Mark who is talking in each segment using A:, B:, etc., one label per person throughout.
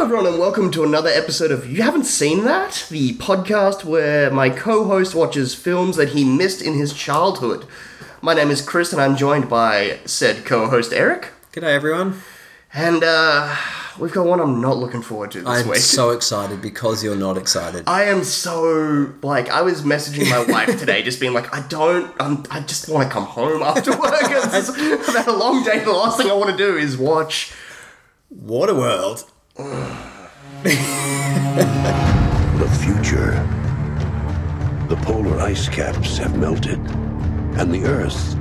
A: everyone, and welcome to another episode of You Haven't Seen That, the podcast where my co host watches films that he missed in his childhood. My name is Chris, and I'm joined by said co host Eric.
B: G'day everyone.
A: And uh, we've got one I'm not looking forward to this
B: I'm Uh,
A: week.
B: so excited because you're not excited.
A: I am so like I was messaging my wife today, just being like, I don't, um, I just want to come home after work. It's just- I've had a long day. The last thing I want to do is watch
B: Waterworld.
C: The future. The polar ice caps have melted, and the Earth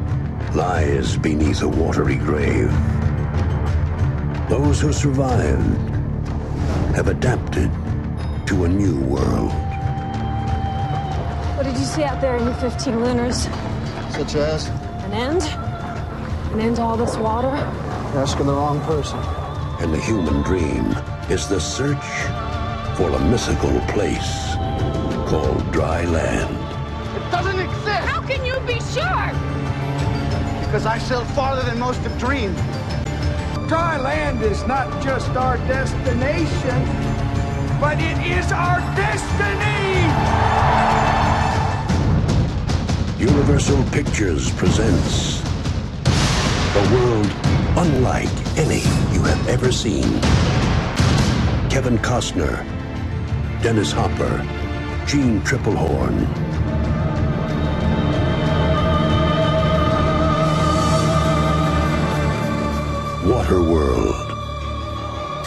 C: lies beneath a watery grave. Those who survived have adapted to a new world.
D: What did you see out there in your 15 lunars?
E: Such as
D: An end? An end to all this water?
E: you're asking the wrong person.
C: And the human dream is the search for a mythical place called dry land.
F: doesn't exist
G: How can you be sure?
F: because I sail farther than most have dreamed.
H: Dry land is not just our destination, but it is our destiny!
C: Universal Pictures presents a world unlike any you have ever seen. Kevin Costner, Dennis Hopper, Gene Triplehorn. Waterworld.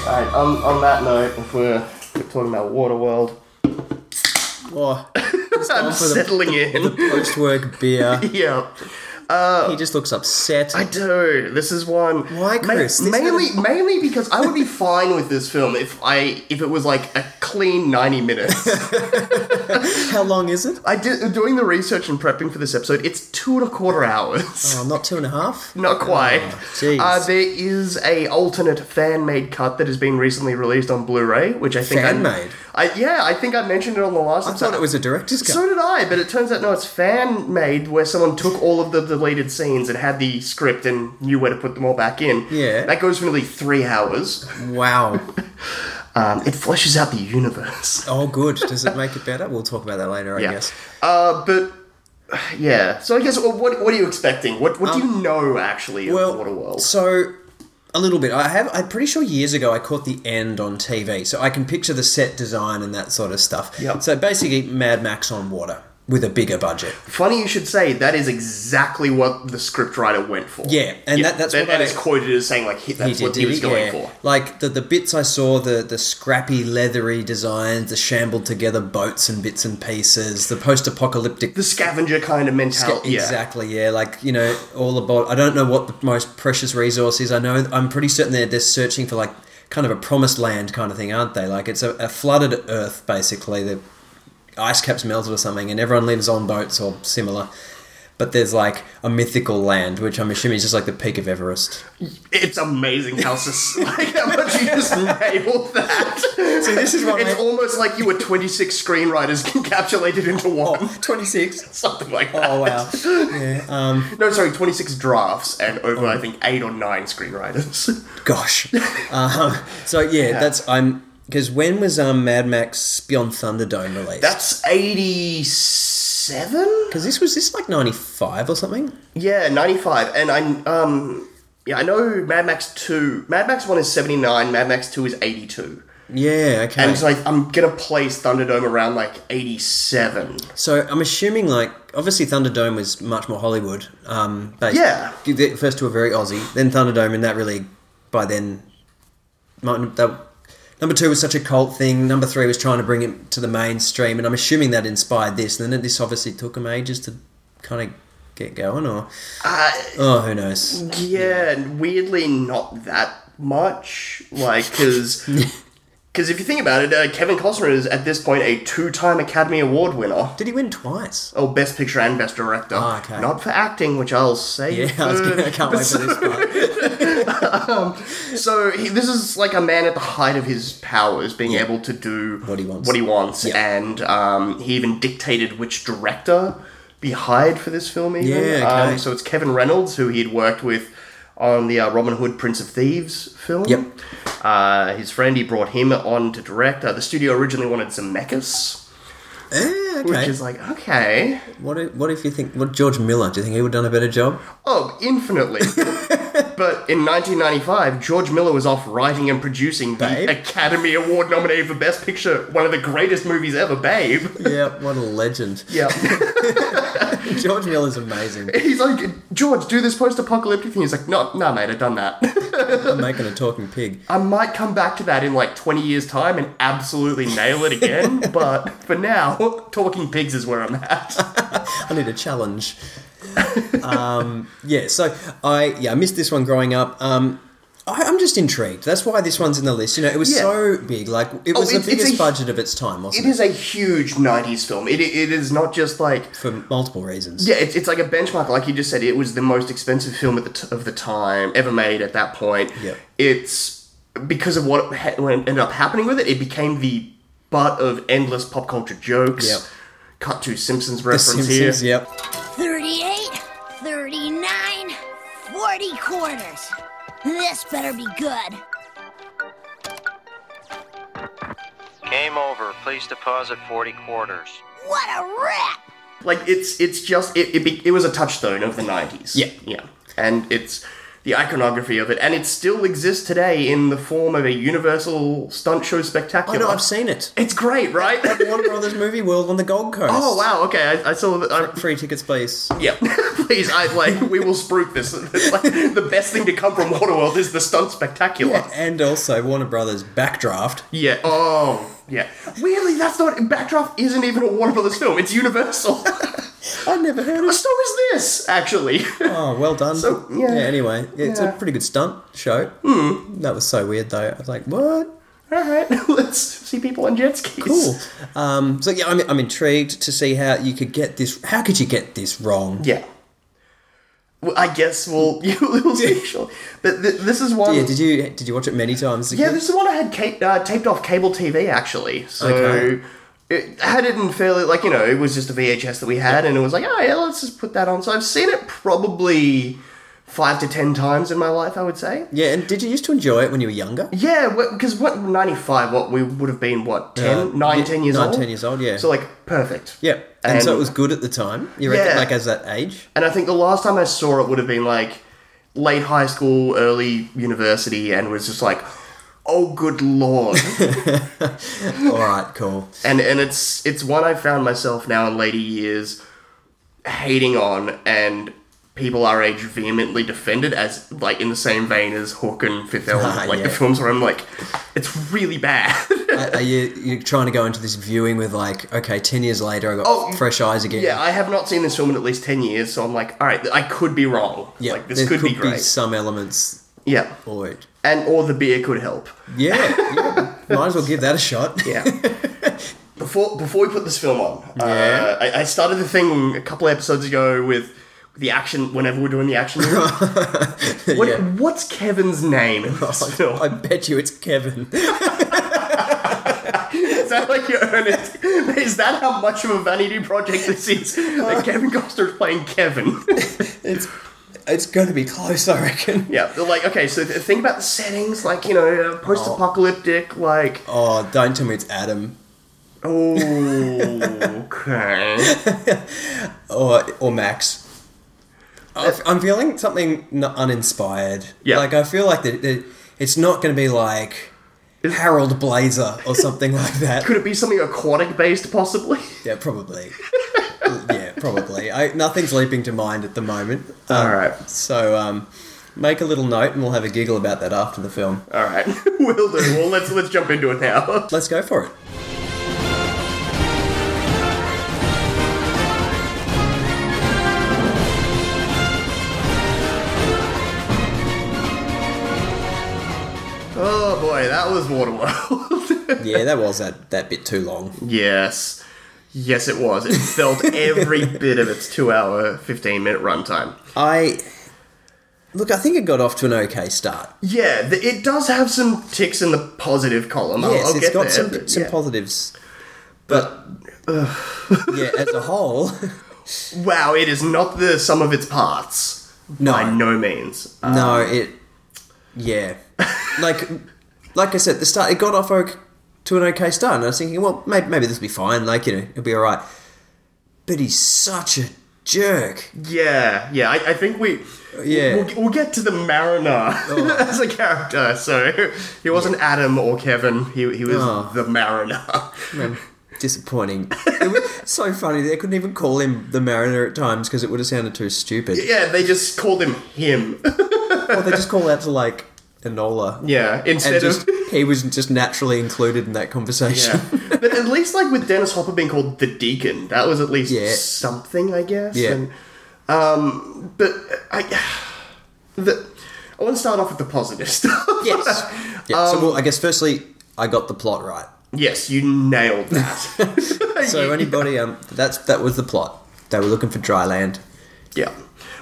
A: Alright, on, um, on that note, if we're talking about Waterworld,
B: Oh,
A: I'm
B: for the-
A: settling in.
B: post work beer.
A: yeah,
B: He just looks upset.
A: I do. This is one.
B: Why, Chris? This
A: mainly, mainly because I would be fine with this film if I if it was like a clean ninety minutes.
B: How long is it?
A: I did doing the research and prepping for this episode. It's two and a quarter hours.
B: Oh, not two and a half.
A: Not quite.
B: jeez.
A: uh, there is a alternate fan made cut that has been recently released on Blu-ray, which I think I-
B: Fan-made?
A: I, yeah, I think I mentioned it on the last.
B: I thought it was a director's cut.
A: So did I, but it turns out no, it's fan made where someone took all of the deleted scenes and had the script and knew where to put them all back in.
B: Yeah.
A: That goes for nearly three hours.
B: Wow.
A: Um, it fleshes out the universe.
B: Oh, good. Does it make it better? We'll talk about that later, I
A: Yeah.
B: guess.
A: Uh, but yeah, so I guess well, what what are you expecting? What what do you know actually of
B: Um, Well,
A: Waterworld?
B: so a little bit. I have. I'm pretty sure years ago I caught the end on TV, so I can picture the set design and that sort of stuff.
A: Yep.
B: So basically, Mad Max on water with a bigger budget.
A: Funny you should say that is exactly what the scriptwriter went for.
B: Yeah, and that- that's
A: that,
B: what
A: that
B: I-
A: is quoted as saying like he, that's what he was
B: did
A: going
B: yeah.
A: for.
B: Like the the bits I saw, the the scrappy, leathery designs, the shambled together boats and bits and pieces, the post apocalyptic.
A: The scavenger kind of mentality. yeah.
B: Exactly, yeah. Like, you know, all about. I don't know what the most precious resource is. I know, I'm pretty certain they're, they're searching for, like, kind of a promised land kind of thing, aren't they? Like, it's a, a flooded earth, basically. The ice caps melted or something, and everyone lives on boats or similar. But there's, like, a mythical land, which I'm assuming is just like the peak of Everest.
A: It's amazing how sus- like how much you just nailed that.
B: See, this is what
A: it's
B: I-
A: almost like you were 26 screenwriters encapsulated into one.
B: 26.
A: Something like that.
B: Oh, wow.
A: No, sorry, 26 drafts and over,
B: Oh.
A: I think, eight or nine screenwriters.
B: gosh. um, so yeah, that's I'm because when was um, Mad Max Beyond Thunderdome released?
A: That's 87?
B: because this was this like ninety five or something.
A: Yeah, 95. And I, um, yeah, I know Mad Max 2, Mad Max 1 is 79, Mad Max 2 is 82.
B: Yeah, okay.
A: And it's like, I'm gonna place Thunderdome around like 87.
B: so I'm assuming like obviously Thunderdome was much more Hollywood. Um, based,
A: Yeah.
B: The first two were very Aussie. Then Thunderdome, and that really by then, might- that, number two was such a cult thing. Number three was trying to bring it to the mainstream, and I'm assuming that inspired this. And then this obviously took them ages to kind of get going, or
A: Uh,
B: oh, who knows.
A: Yeah, and weirdly, not that much. Like, because. if you think about it, uh, Kevin Costner is at this point a two-time Academy Award winner,
B: Did he win twice?
A: oh, Best Picture and Best Director.
B: Ah, okay.
A: Not for acting, which I'll say.
B: Yeah, I, was gonna, I can't wait for this part.
A: Um, So he, this is like a man at the height of his powers, being able to do
B: What he wants.
A: What he wants,
B: Yeah.
A: and um, he even dictated which director be hired for this film. Even
B: Yeah, okay.
A: um, so it's Kevin Reynolds, who he'd worked with on the uh, Robin Hood Prince of Thieves film.
B: Yep.
A: Uh, his friend, he brought him on to direct. Uh, the studio originally wanted Zemeckis,
B: Eh,
A: which
B: okay.
A: is like, okay.
B: what, if, what if you think, what George Miller, do you think he would have done a better job?
A: Oh, infinitely. but in 1995, George Miller was off writing and producing the
B: Babe.
A: Academy Award nominated for Best Picture, one of the greatest movies ever, Babe.
B: yeah, what a legend.
A: Yeah.
B: George Miller's amazing.
A: He's like, George, do this post apocalyptic thing. He's like, no, no, mate, I've done that.
B: I'm making a talking pig.
A: I might come back to that in like 20 years' time and absolutely nail it again, but for now, Talking Pigs is where I'm at.
B: I need a challenge. um, yeah, so I yeah I missed this one growing up. Um, I, I'm just intrigued. That's why this one's in the list. You know, it was
A: Yeah.
B: so big. Like it
A: Oh,
B: was
A: it's-
B: the
A: it's
B: biggest
A: a-
B: budget of its time,
A: It
B: wasn't it?
A: is a huge 90s film. It, it is not just like.
B: For multiple reasons.
A: Yeah, it's, it's like a benchmark. Like you just said, it was the most expensive film at the t- of the time ever made at that point.
B: Yep.
A: It's because of what ha- what ended up happening with it, it became the butt of endless pop culture jokes.
B: Yep.
A: Cut to Simpsons
B: The
A: reference here.
B: Simpsons. Yep.
G: 38, 39, 40 quarters. This better be good.
I: Game over. Please deposit 40 quarters.
G: What a rip!
A: like it's it's just it it, be, it was a touchstone of the 90s
B: Yeah.
A: yeah and it's the iconography of it and it still exists today in the form of a universal stunt show
B: I
A: spectacular
B: know. I've seen it.
A: it's great right
B: At the Warner Brothers Movie World on the Gold Coast.
A: oh wow okay i, I saw that I,
B: Free tickets, please.
A: yeah please i like we will spruik this It's like, the best thing to come from waterworld is the stunt spectacular
B: Yeah, and also Warner Brothers Backdraft.
A: yeah. oh yeah weirdly that's not backdraft isn't even a warner brothers film it's universal Oh,
B: I never heard of.
A: so is this actually
B: Oh, well done.
A: So, yeah.
B: Anyway, it's
A: Yeah. Hmm.
B: a pretty good stunt show. Mm. That was so weird though. I was like, what?
A: All right, let's see people on jet skis.
B: Cool. Um, so yeah, I'm, I'm intrigued to see how you could get this. How could you get this wrong?
A: Yeah. Well, I guess we'll we'll see. Sure. But th- this is one.
B: Yeah, Did you did you watch it many times?
A: Yeah, this is one I had ca- uh, taped off cable TV actually. So
B: Okay.
A: it had it in fairly like you know it was just a VHS that we had, and it was like oh yeah, let's just put that on. So I've seen it probably five to ten times in my life, I would say.
B: Yeah, and did you used to enjoy it when you were younger?
A: Yeah, because what ninety five, what we would have been what 10,
B: Uh,
A: 9, 10 years
B: nine,
A: old,
B: 10 years old, yeah.
A: So like perfect.
B: Yeah, and, so
A: And-
B: it was good at the time. You reckon,
A: Yeah.
B: like as that age?
A: And I think the last time I saw it would have been like late high school, early university, and was just like, oh good lord.
B: All right, cool.
A: and and it's it's one I found myself now in later years hating on and people our age vehemently defended as like in the same vein as Hook and Fifth Element, like the
B: Ah, yeah.
A: films where I'm like, it's really bad.
B: Uh, are, are you you trying to go into this viewing with like, okay, ten years later, I got
A: Oh,
B: fresh eyes again.
A: yeah, I have not seen this film in at least ten years, so I'm like, all right, I could be wrong.
B: yeah.
A: like this
B: there
A: could, be great.
B: some elements.
A: yeah,
B: Or it.
A: and or the beer could help.
B: Yeah, yeah. might as well give that a shot.
A: Yeah. before before we put this film on,
B: Yeah.
A: uh, I, I started the thing a couple episodes ago with the action. Whenever we're doing the action, movie. what,
B: Yeah.
A: what's Kevin's name in this film?
B: I bet you it's Kevin.
A: Is that like your earnest? Is that how much of a vanity project this is?
B: Uh.
A: That Kevin Costner is playing Kevin.
B: It's it's going to be close, I reckon.
A: yeah, they're like okay. So th- think about the settings, like you know, post-apocalyptic, like
B: Oh, don't tell me it's Adam
A: oh, okay.
B: or or Max. I- I'm feeling something n- uninspired.
A: Yeah.
B: like I feel like that that it's not going to be like Harold Blazer or something like that.
A: Could it be something aquatic-based, possibly?
B: Yeah, probably. yeah, probably. I, nothing's leaping to mind at the moment. Um,
A: All right.
B: So um, make a little note, and we'll have a giggle about that after the film.
A: All right, will do. Well, let's let's jump into it now.
B: Let's go for it.
A: Oh boy, that was Waterworld.
B: Yeah, that was that that bit too long.
A: yes. Yes, it was. It felt every bit of its two hour, 15 minute runtime.
B: I look. I think it got off to an okay start.
A: Yeah, th- it does have some ticks in the positive column. I'll-
B: yes,
A: I'll
B: it's
A: get
B: got
A: there.
B: some some
A: Yeah.
B: positives.
A: But
B: Yeah, as a whole,
A: wow, it is not the sum of its parts.
B: No.
A: by no means. Uh,
B: No, it. Yeah, like, like I said, at the start it got off ok, to an okay start, and I was thinking, well, maybe, maybe this will be fine. Like, you know, it'll be all right. But he's such a jerk.
A: yeah, yeah. I, I think we.
B: Yeah. Oh.
A: We'll, we'll get to the Mariner as a character. So he wasn't Adam or Kevin. He, he was
B: Oh.
A: the Mariner.
B: Um, Disappointing. it was so funny. They couldn't even call him the Mariner at times because it would have sounded too stupid.
A: yeah, they just called him him.
B: Or they just call that to like Enola.
A: yeah, instead
B: And
A: of
B: just he was just naturally included in that conversation.
A: Yeah. but at least like with Dennis Hopper being called the Deacon, that was at least
B: Yeah.
A: something, I guess.
B: Yeah.
A: And, um, but I, the, I want to start off with the positive stuff. Um,
B: yes. Yeah, so well, I guess firstly, I got the plot right.
A: yes, you nailed that.
B: So
A: You-
B: anybody, um, that's that was the plot. They were looking for dry land.
A: yeah.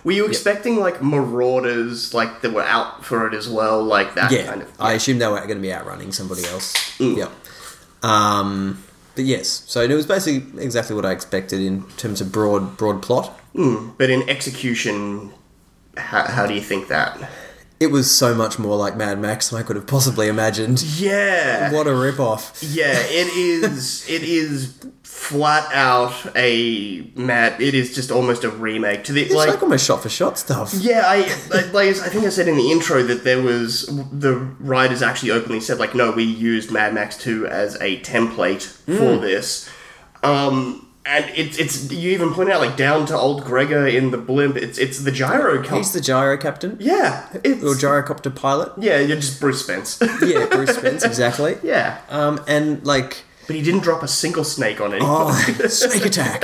A: Were you expecting like marauders, like that were out for it as well, like that
B: Yeah,
A: kind of?
B: I assume they were going to be outrunning somebody else. Yeah. Um, but yes, so it was basically exactly what I expected in terms of broad broad plot.
A: But in execution, how, how do you think that?
B: It was so much more like Mad Max than I could have possibly imagined.
A: Yeah.
B: What a rip off!
A: Yeah, it is. it is flat out a mad. It is just almost a remake to the
B: It's
A: like.
B: like almost shot for shot stuff.
A: yeah, I, I like I think I said in the intro that there was the writers actually openly said like, no, we used Mad Max Two as a template
B: Hmm.
A: for this. Um, and it's it's you even point out like down to old Gregor in the blimp. It's it's the gyro comp-
B: He's the gyro captain.
A: yeah, it's
B: Or gyrocopter pilot.
A: yeah. You're just Bruce Spence.
B: Yeah, Bruce Spence, exactly.
A: yeah,
B: Um, and like,
A: but he didn't drop a single snake on it.
B: oh, snake attack.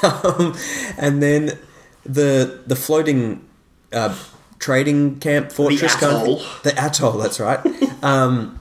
B: um, and then the the floating uh, trading camp fortress
A: atoll.
B: Kind of, the atoll. That's right. um,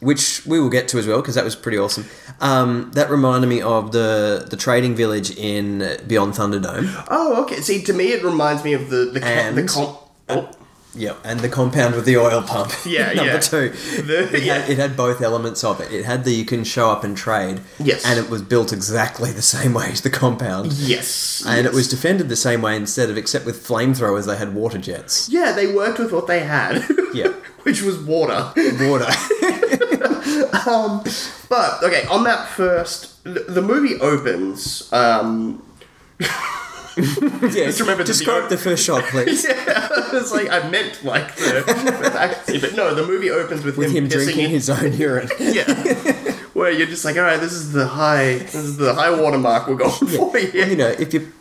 B: which we will get to as well because that was pretty awesome. Um, that reminded me of the the trading village in Beyond Thunderdome.
A: Oh, okay. See, to me, it reminds me of the the ca-
B: And-
A: the comp. Oh,
B: Yeah, and the compound with the oil pump.
A: Yeah,
B: number
A: yeah.
B: two.
A: The-
B: it,
A: yeah.
B: had, it had both elements of it. It had the you can show up and trade.
A: Yes.
B: and it was built exactly the same way as the compound.
A: yes,
B: and
A: yes.
B: it was defended the same way instead of except with flamethrowers they had water jets
A: yeah. They worked with what they had.
B: Yeah.
A: which was water.
B: water
A: Um, But okay, on that first, the, the movie opens. Um,
B: yeah
A: Just remember to
B: describe
A: be-
B: the first shot please
A: it's like I meant like the, the actually, but no, the movie opens with,
B: with him
A: pissing
B: drinking
A: in-
B: his own urine
A: yeah. Where you're just like, all right, this is the high, this is the high watermark we're going for here.
B: you know if you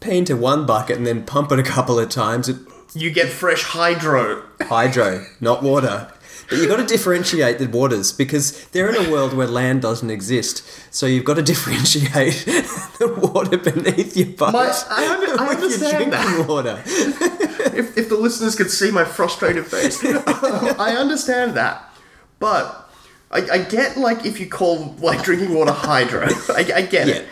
B: pee into one bucket and then pump it a couple of times it
A: You get fresh hydro.
B: hydro not water but you've got to differentiate the waters because they're in a world where land doesn't exist so you've got to differentiate the water beneath your butt
A: My- I under- I
B: with your
A: understand that.
B: drinking water
A: if, if the listeners could see my frustrated face, I understand that, but I, I get like if you call like drinking water hydro, I, I get
B: yeah
A: it,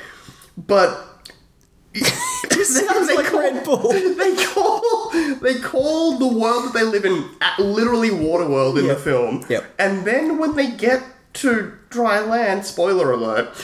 A: but
B: it sounds
A: They
B: like
A: call-
B: Red Bull
A: they call they call the world that they live in a- literally water world in the
B: Yep.
A: film,
B: Yep.
A: and then when they get to dry land, spoiler alert.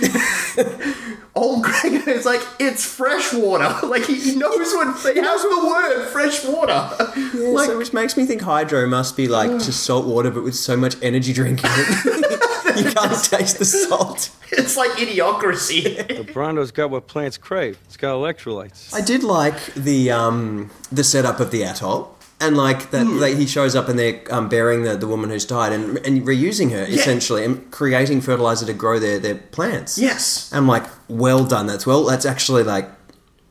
A: Old Greg is like, it's fresh water. Like he, he knows what they have the word fresh water.
B: Yeah,
A: like
B: so which makes me think hydro must be like just salt water, but with so much energy drink in it, you can't taste the salt.
A: it's like idiocracy.
J: Brondo's got what plants crave. It's got electrolytes.
B: I did like the um, the setup of the atoll. And like that,
A: Hmm.
B: like he shows up and they're um, burying the, the woman who's died and and reusing her essentially and creating fertilizer to grow their, their plants.
A: Yes.
B: I'm like, well done. That's well. That's actually like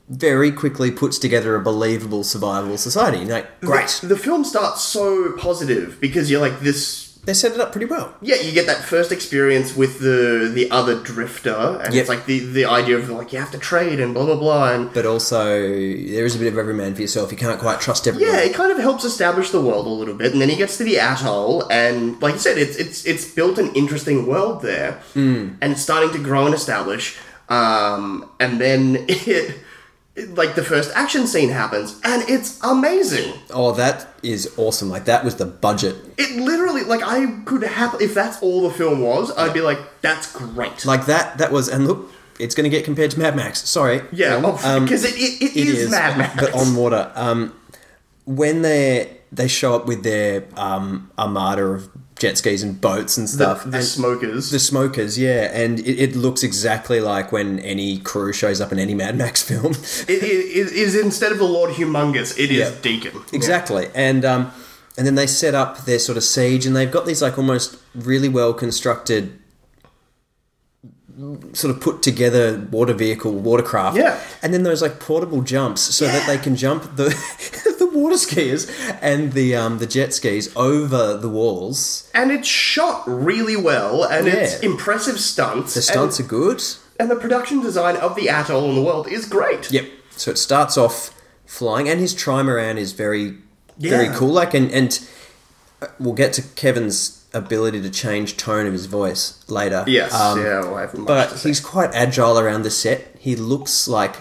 B: very quickly puts together a believable survival society. Like, great.
A: The, the film starts so positive because you're like this.
B: They set it up pretty well.
A: Yeah, you get that first experience with the the other drifter, and
B: Yep.
A: it's like the the idea of like you have to trade and blah blah blah, and
B: but also there is a bit of every man for yourself. You can't quite trust everyone.
A: yeah, it kind of helps establish the world a little bit. And then he gets to the atoll, and like you said, it's it's it's built an interesting world there,
B: Hmm.
A: and it's starting to grow and establish. Um, and then it. it- Like the first action scene happens, and it's amazing.
B: Oh, that is awesome! Like that was the budget.
A: It literally, like, I could have if that's all the film was, I'd be like, "That's great."
B: Like that. That was and look, it's going to get compared to Mad Max. Sorry.
A: Yeah, because
B: Um,
A: it, it, it is, Mad Max.
B: but on water. Um, when they they show up with their um, armada of jet skis and boats and
A: the,
B: stuff,
A: the
B: and
A: smokers.
B: the smokers, yeah, and it, it looks exactly like when any crew shows up in any Mad Max film.
A: it, it, it is instead of the Lord Humongous, it is
B: Yeah.
A: Deacon.
B: Exactly. And um, and then they set up their sort of siege, and they've got these like almost really well constructed, sort of put together water vehicle, watercraft.
A: Yeah.
B: And then those like portable jumps, so that they can jump the the water skiers and the um, the jet skis over the walls.
A: And it's shot really well, and it's
B: Yeah.
A: impressive stunts.
B: The stunts
A: and,
B: are good.
A: and the production design of the atoll in the world is great.
B: Yep. So it starts off flying, and his trimaran is very, very
A: Yeah.
B: cool. Like, and and uh, we'll get to Kevin's ability to change tone of his voice later.
A: Yes,
B: Um,
A: yeah, well, I have much
B: But
A: to say.
B: he's quite agile around the set. He looks like,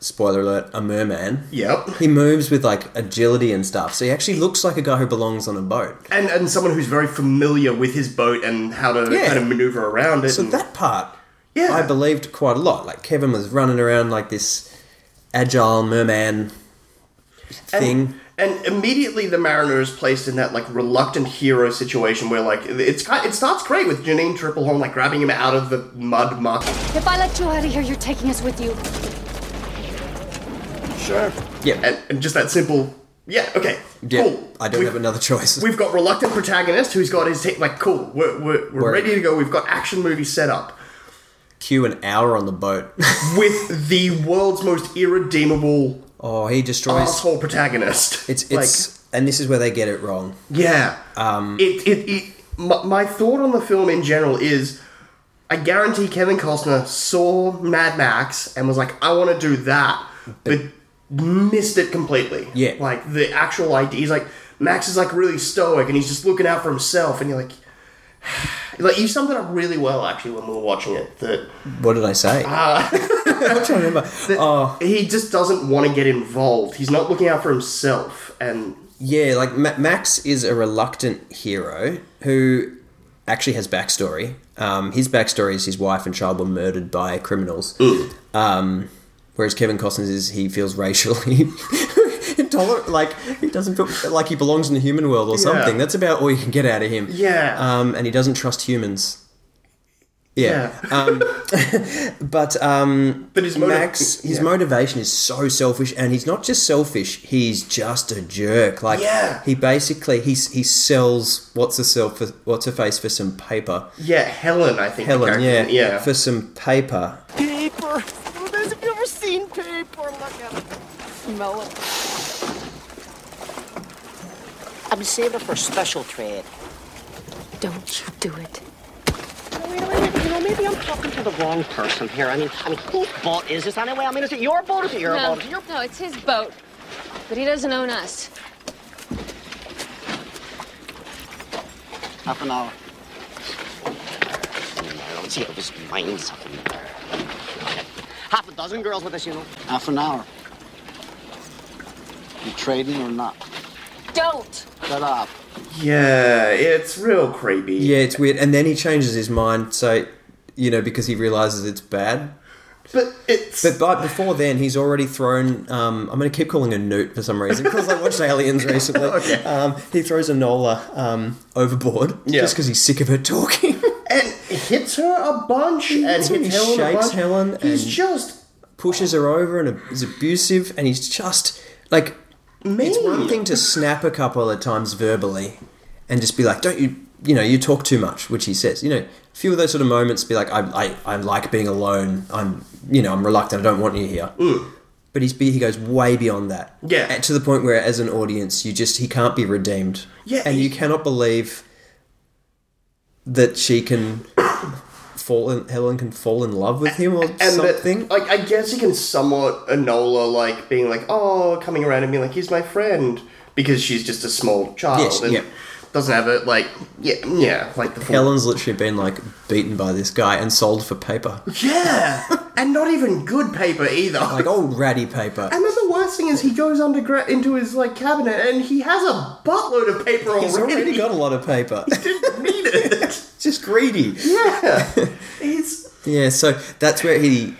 B: spoiler alert, a merman.
A: Yep.
B: He moves with like agility and stuff. So he actually looks like a guy who belongs on a boat.
A: And, and someone who's very familiar with his boat and how to
B: Yeah.
A: kind of maneuver around it.
B: So
A: and-
B: that part,
A: Yeah.
B: I believed quite a lot. Like Kevin was running around like this agile merman thing.
A: And, and immediately the Mariner is placed in that like reluctant hero situation where like it's kind it starts great with Janine Triplehorn like grabbing him out of the mud muck.
D: If I let you out of here, you're taking us with you.
E: Sure.
B: yeah.
A: And, and just that simple yeah okay
B: Yeah,
A: cool
B: I don't
A: We've-
B: have another choice.
A: We've got reluctant protagonist who's got his team like cool we're, we're, we're
B: We're-
A: ready to go we've got action movie set up
B: Queue an hour on the boat.
A: with the world's most irredeemable
B: oh, he destroys.
A: asshole protagonist.
B: It's it's and this is where they get it wrong.
A: Yeah. Um, it, it, it, my, my thought on the film in general is I guarantee Kevin Costner saw Mad Max and was like, I want to do that, but, missed it completely.
B: Yeah.
A: Like, the actual idea. He's like, Max is like really stoic and he's just looking out for himself, and you're like, like you summed it up really well actually when we were watching it that
B: What did I say?
A: Ah.
B: I don't remember. oh,
A: he just doesn't want to get involved. He's not looking out for himself, and
B: yeah. Like Ma- Max is a reluctant hero who actually has backstory. Um, his backstory is his wife and child were murdered by criminals. Um, whereas Kevin Costner's is he feels racially. intolerant. Like he doesn't feel like he belongs in the human world or something. That's about all you can get out of him.
A: Yeah.
B: Um, and he doesn't trust humans. Yeah. um, but um,
A: But his motiv-
B: Max, his
A: yeah.
B: motivation is so selfish, and he's not just selfish; he's just a jerk. Like,
A: Yeah.
B: he basically he he sells what's a self what's a face for some paper.
A: yeah, Helen, I think. the
B: Helen, yeah,
A: character- yeah,
B: for some paper.
F: Paper. Liz, have you ever seen paper? Look at it.
D: Smell it.
G: I'm saving for special trade.
D: Don't you do it.
G: Wait a minute, you know, maybe I'm talking to the wrong person here. I mean, I mean, whose boat is this anyway? I mean, is it your boat? Is it your
D: No,
G: boat? Is it your
D: no, it's his boat. But he doesn't own us.
F: Half an hour.
G: Let's see if his mind's up in there. Half a dozen girls with us, you know.
E: Half an hour. You trading or not?
D: Don't!
E: Shut up.
A: Yeah, it's real creepy.
B: Yeah, it's weird. And then he changes his mind, so you know because he realizes it's bad.
A: but it's
B: But, but before then, he's already thrown. Um, I'm going to keep calling her Newt for some reason because I watched Aliens recently. um, he throws Enola um, overboard
A: Yeah.
B: just because he's sick of her talking.
A: and hits her a bunch and
B: hits her,
A: hits
B: he
A: Helen a
B: shakes
A: bunch.
B: Helen
A: He's
B: and-
A: just
B: Pushes her over and is abusive, and he's just like.
A: mean.
B: It's one thing to snap a couple of times verbally, and just be like, "Don't you? You know, you talk too much," which he says. You know, a few of those sort of moments. Be like, "I, I, I like being alone. I'm, you know, I'm reluctant. I don't want you here." But he's be- he goes way beyond that.
A: Mm. Yeah.
B: And to the point where, as an audience, you just he can't be redeemed.
A: Yeah,
B: and
A: he-
B: you cannot believe that she can fall in Helen can fall in love with him or
A: and
B: something.
A: That, like I guess you can somewhat Enola like being like, oh, coming around and being like, he's my friend because she's just a small child
B: Yes,
A: and
B: yeah.
A: doesn't have it like yeah yeah like the full-
B: Helen's literally been like beaten by this guy and sold for paper.
A: yeah and not even good paper either.
B: like old ratty paper.
A: and then oh, the worst thing is he goes underground into his like cabinet and he has a buttload of paper
B: He's already got a lot of paper.
A: didn't need it.
B: Just greedy.
A: Yeah, he's
B: Yeah, so that's where he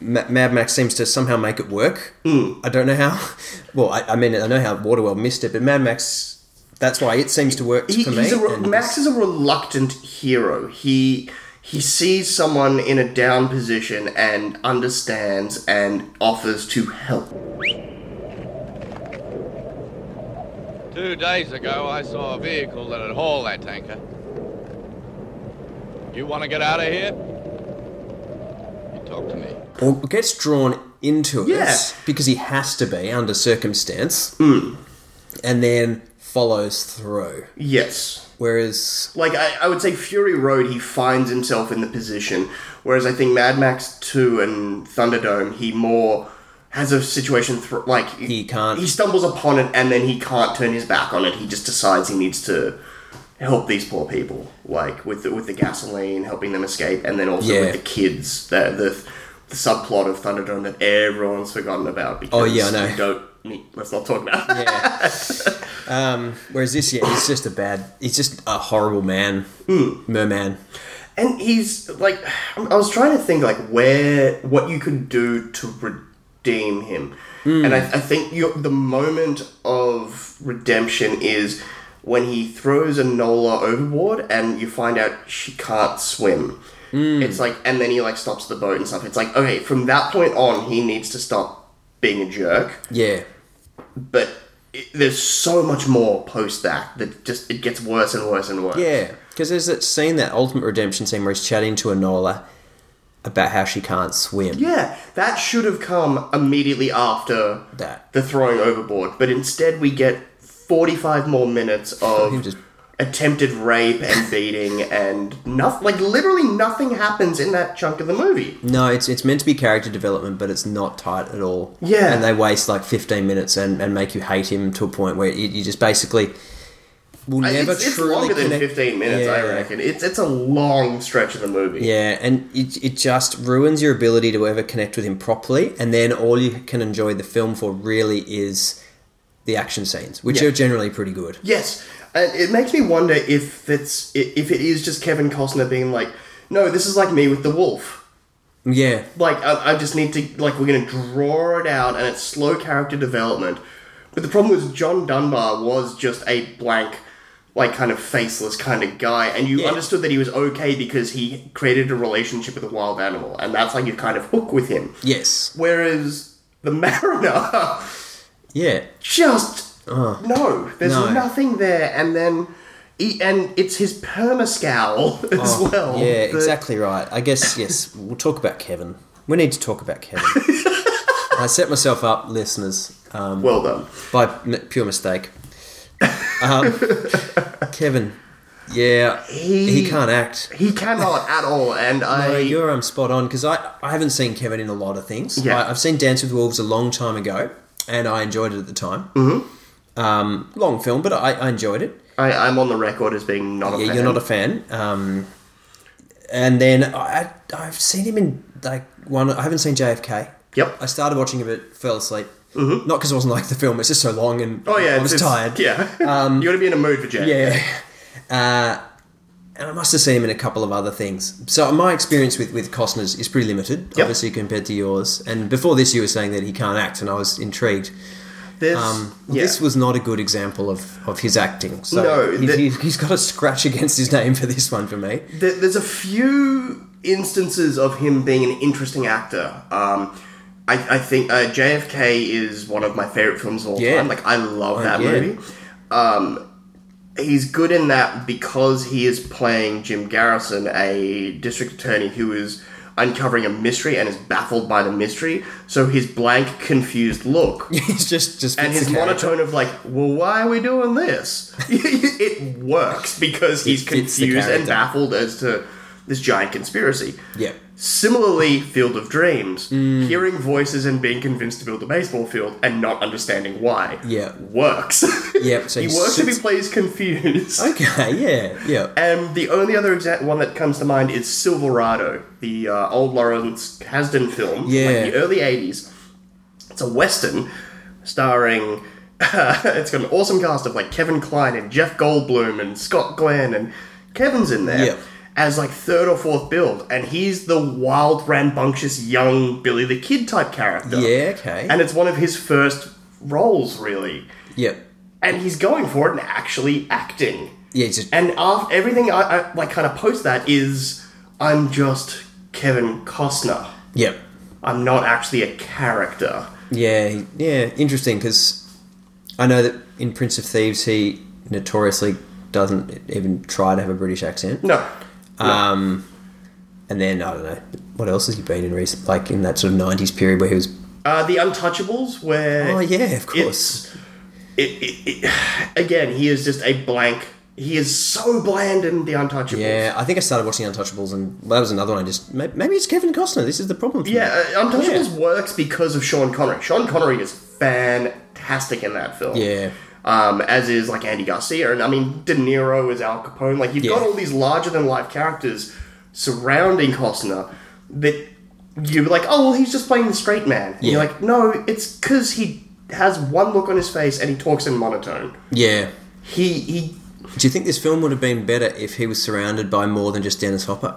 B: Ma- Mad Max seems to somehow make it work.
A: Hmm.
B: I don't know how. Well, I, I mean, I know how Waterworld missed it, but Mad Max, that's why it seems to work
A: He-
B: for me.
A: he's a re-
B: and-
A: Max is a reluctant hero. He he sees someone in a down position and understands and offers to help.
K: Two days ago, I saw a vehicle that had hauled that tanker. You want to get out of here? You talk to me.
B: or gets drawn into it
K: Yeah.
B: because he has to be under circumstance,
A: Hmm.
B: and then follows through.
A: Yes.
B: Whereas,
A: Like I, I would say, Fury Road, he finds himself in the position, whereas I think Mad Max Two and Thunderdome, he more has a situation thr like he
B: can't.
A: He stumbles upon it and then he can't turn his back on it. He just decides he needs to help these poor people, like with the, with the gasoline, helping them escape, and then also
B: Yeah.
A: with the kids. The, the the subplot of Thunderdome that everyone's forgotten about because
B: Oh, yeah, I know.
A: you don't need- let's not talk about. it.
B: um, whereas this year he's just a bad, he's just a horrible man,
A: Hmm.
B: merman.
A: and he's like i was trying to think like where what you could do to redeem him
B: Mm.
A: and I, I think you the moment of redemption is when he throws Enola overboard and you find out she can't swim it's like and then he like stops the boat and stuff it's like okay from that point on he needs to stop being a jerk
B: Yeah,
A: but it, there's so much more post that that just it gets worse and worse and worse
B: yeah. Because there's that scene, that ultimate redemption scene, where he's chatting to Enola about how she can't swim.
A: Yeah, that should have come immediately after
B: that
A: the throwing overboard, but instead we get 45 more minutes of attempted rape and beating and nothing like literally nothing happens in that chunk of the movie.
B: No, it's it's meant to be character development, but it's not tight at all.
A: Yeah.
B: and they waste like fifteen minutes and, and make you hate him to a point where you, you just basically will
A: I-
B: never
A: it's, it's
B: truly
A: longer than
B: connect-
A: 15 minutes, I
B: Yeah.
A: reckon. It's it's a long stretch of the movie.
B: Yeah, and it, it just ruins your ability to ever connect with him properly, and then all you can enjoy the film for really is the action scenes, which
A: Yeah.
B: are generally pretty good.
A: Yes, and it makes me wonder if it's i- if it is just Kevin Costner being like, no, this is like me with the wolf.
B: Yeah,
A: Like, I, I just need to, like, we're going to draw it out, and it's slow character development. But the problem was, John Dunbar was just a blank, like, kind of faceless kind of guy, and you understood that he was okay because he created a relationship with a wild animal, and that's, like, your kind of hook with him.
B: Yes.
A: Whereas the Mariner,
B: yeah,
A: just
B: Ugh.
A: no, there's
B: No.
A: nothing there, and then. He, and it's his perma scowl as
B: Oh,
A: well.
B: Yeah,
A: that-
B: exactly right. I guess yes, we'll talk about Kevin. We need to talk about Kevin. I set myself up, listeners. Um,
A: well done.
B: By m- pure mistake. Um, Kevin. Yeah, he,
A: He-
B: can't act.
A: He cannot at all, and I.
B: No, you're um, spot on because I, I haven't seen Kevin in a lot of things.
A: Yeah.
B: I, I've seen Dance with Wolves a long time ago, and I enjoyed it at the time.
A: Mhm.
B: Um, long film, but I, I enjoyed it.
A: I, I'm on the record as being not a
B: yeah,
A: fan.
B: you're not a fan. Um, and then I, I- I've seen him in like one. I haven't seen JFK.
A: Yep. Mm-hmm.
B: I started watching him, but fell asleep. Not because I wasn't like the film. It's just so long and
A: Oh yeah,
B: I was
A: it's-
B: tired. Um,
A: Yeah, you got to be in a mood for Jack.
B: Yeah. Uh, and I must have seen him in a couple of other things. So my experience with with Costner's is pretty limited, obviously compared to yours. And before this, you were saying that he can't act, and I was intrigued.
A: There's-
B: Um,
A: yeah.
B: This was not a good example of, of his acting. So
A: No,
B: he's,
A: the-
B: he's- he's got a scratch against his name for this one for me.
A: There, there's a few instances of him being an interesting actor. Um, I, I think uh, JFK is one of my favorite films of all
B: Yeah.
A: time. Like I love
B: Oh,
A: that
B: yeah.
A: movie. Um, he's good in that because he is playing Jim Garrison, a district attorney who is uncovering a mystery and is baffled by the mystery. So his blank, confused look
B: He's just just
A: and
B: fits
A: his
B: the character.
A: monotone of like, well, why are we doing this? it works because he's
B: fits the
A: confused and
B: character.
A: baffled as to this giant conspiracy.
B: Yeah.
A: Similarly, Field of Dreams,
B: Mm.
A: hearing voices and being convinced to build a baseball field and not understanding why.
B: Yeah.
A: Works.
B: Yeah. So
A: he
B: he's
A: works if he
B: sits-
A: plays confused.
B: Okay. Yeah. Yeah.
A: And Um, the only other exact one that comes to mind is Silverado, the uh, old Lawrence Kasdan film,
B: Yeah.
A: like the early '80s. It's a western starring. it's got an awesome cast of like Kevin Kline and Jeff Goldblum and Scott Glenn, and Kevin's in there.
B: Yeah.
A: as like third or fourth build, and he's the wild, rambunctious young Billy the Kid type character.
B: Yeah, okay.
A: uh, And it's one of his first roles, really.
B: Yep.
A: And he's going for it and actually acting.
B: Yeah, he's just,
A: And after everything I, I like, kind of post that is, I'm just Kevin Costner.
B: yep.
A: I'm not actually a character.
B: Yeah, he- yeah, interesting because I know that in Prince of Thieves he notoriously doesn't even try to have a British accent.
A: No.
B: Um, and then I don't know what else has he been in recent, like in that sort of '90s period where he was.
A: Uh, the Untouchables, where
B: Oh yeah, of course.
A: it's it, it, it, again. He is just a blank. He is so bland in the Untouchables.
B: Yeah, I think I started watching Untouchables, and that was another one. I just may- maybe it's Kevin Costner. This is the problem. For me.
A: Yeah, uh, Untouchables works because of Sean Connery. Sean Connery is fantastic in that film.
B: Yeah.
A: Um, as is like Andy Garcia, and I mean De Niro is Al Capone. Like you've got
B: Yeah.
A: all these larger than life characters surrounding Costner that you're like, oh well, he's just playing the straight man. And
B: Yeah.
A: You're like, no, it's because he has one look on his face and he talks in monotone.
B: Yeah.
A: He he
B: Do you think this film would have been better if he was surrounded by more than just Dennis Hopper?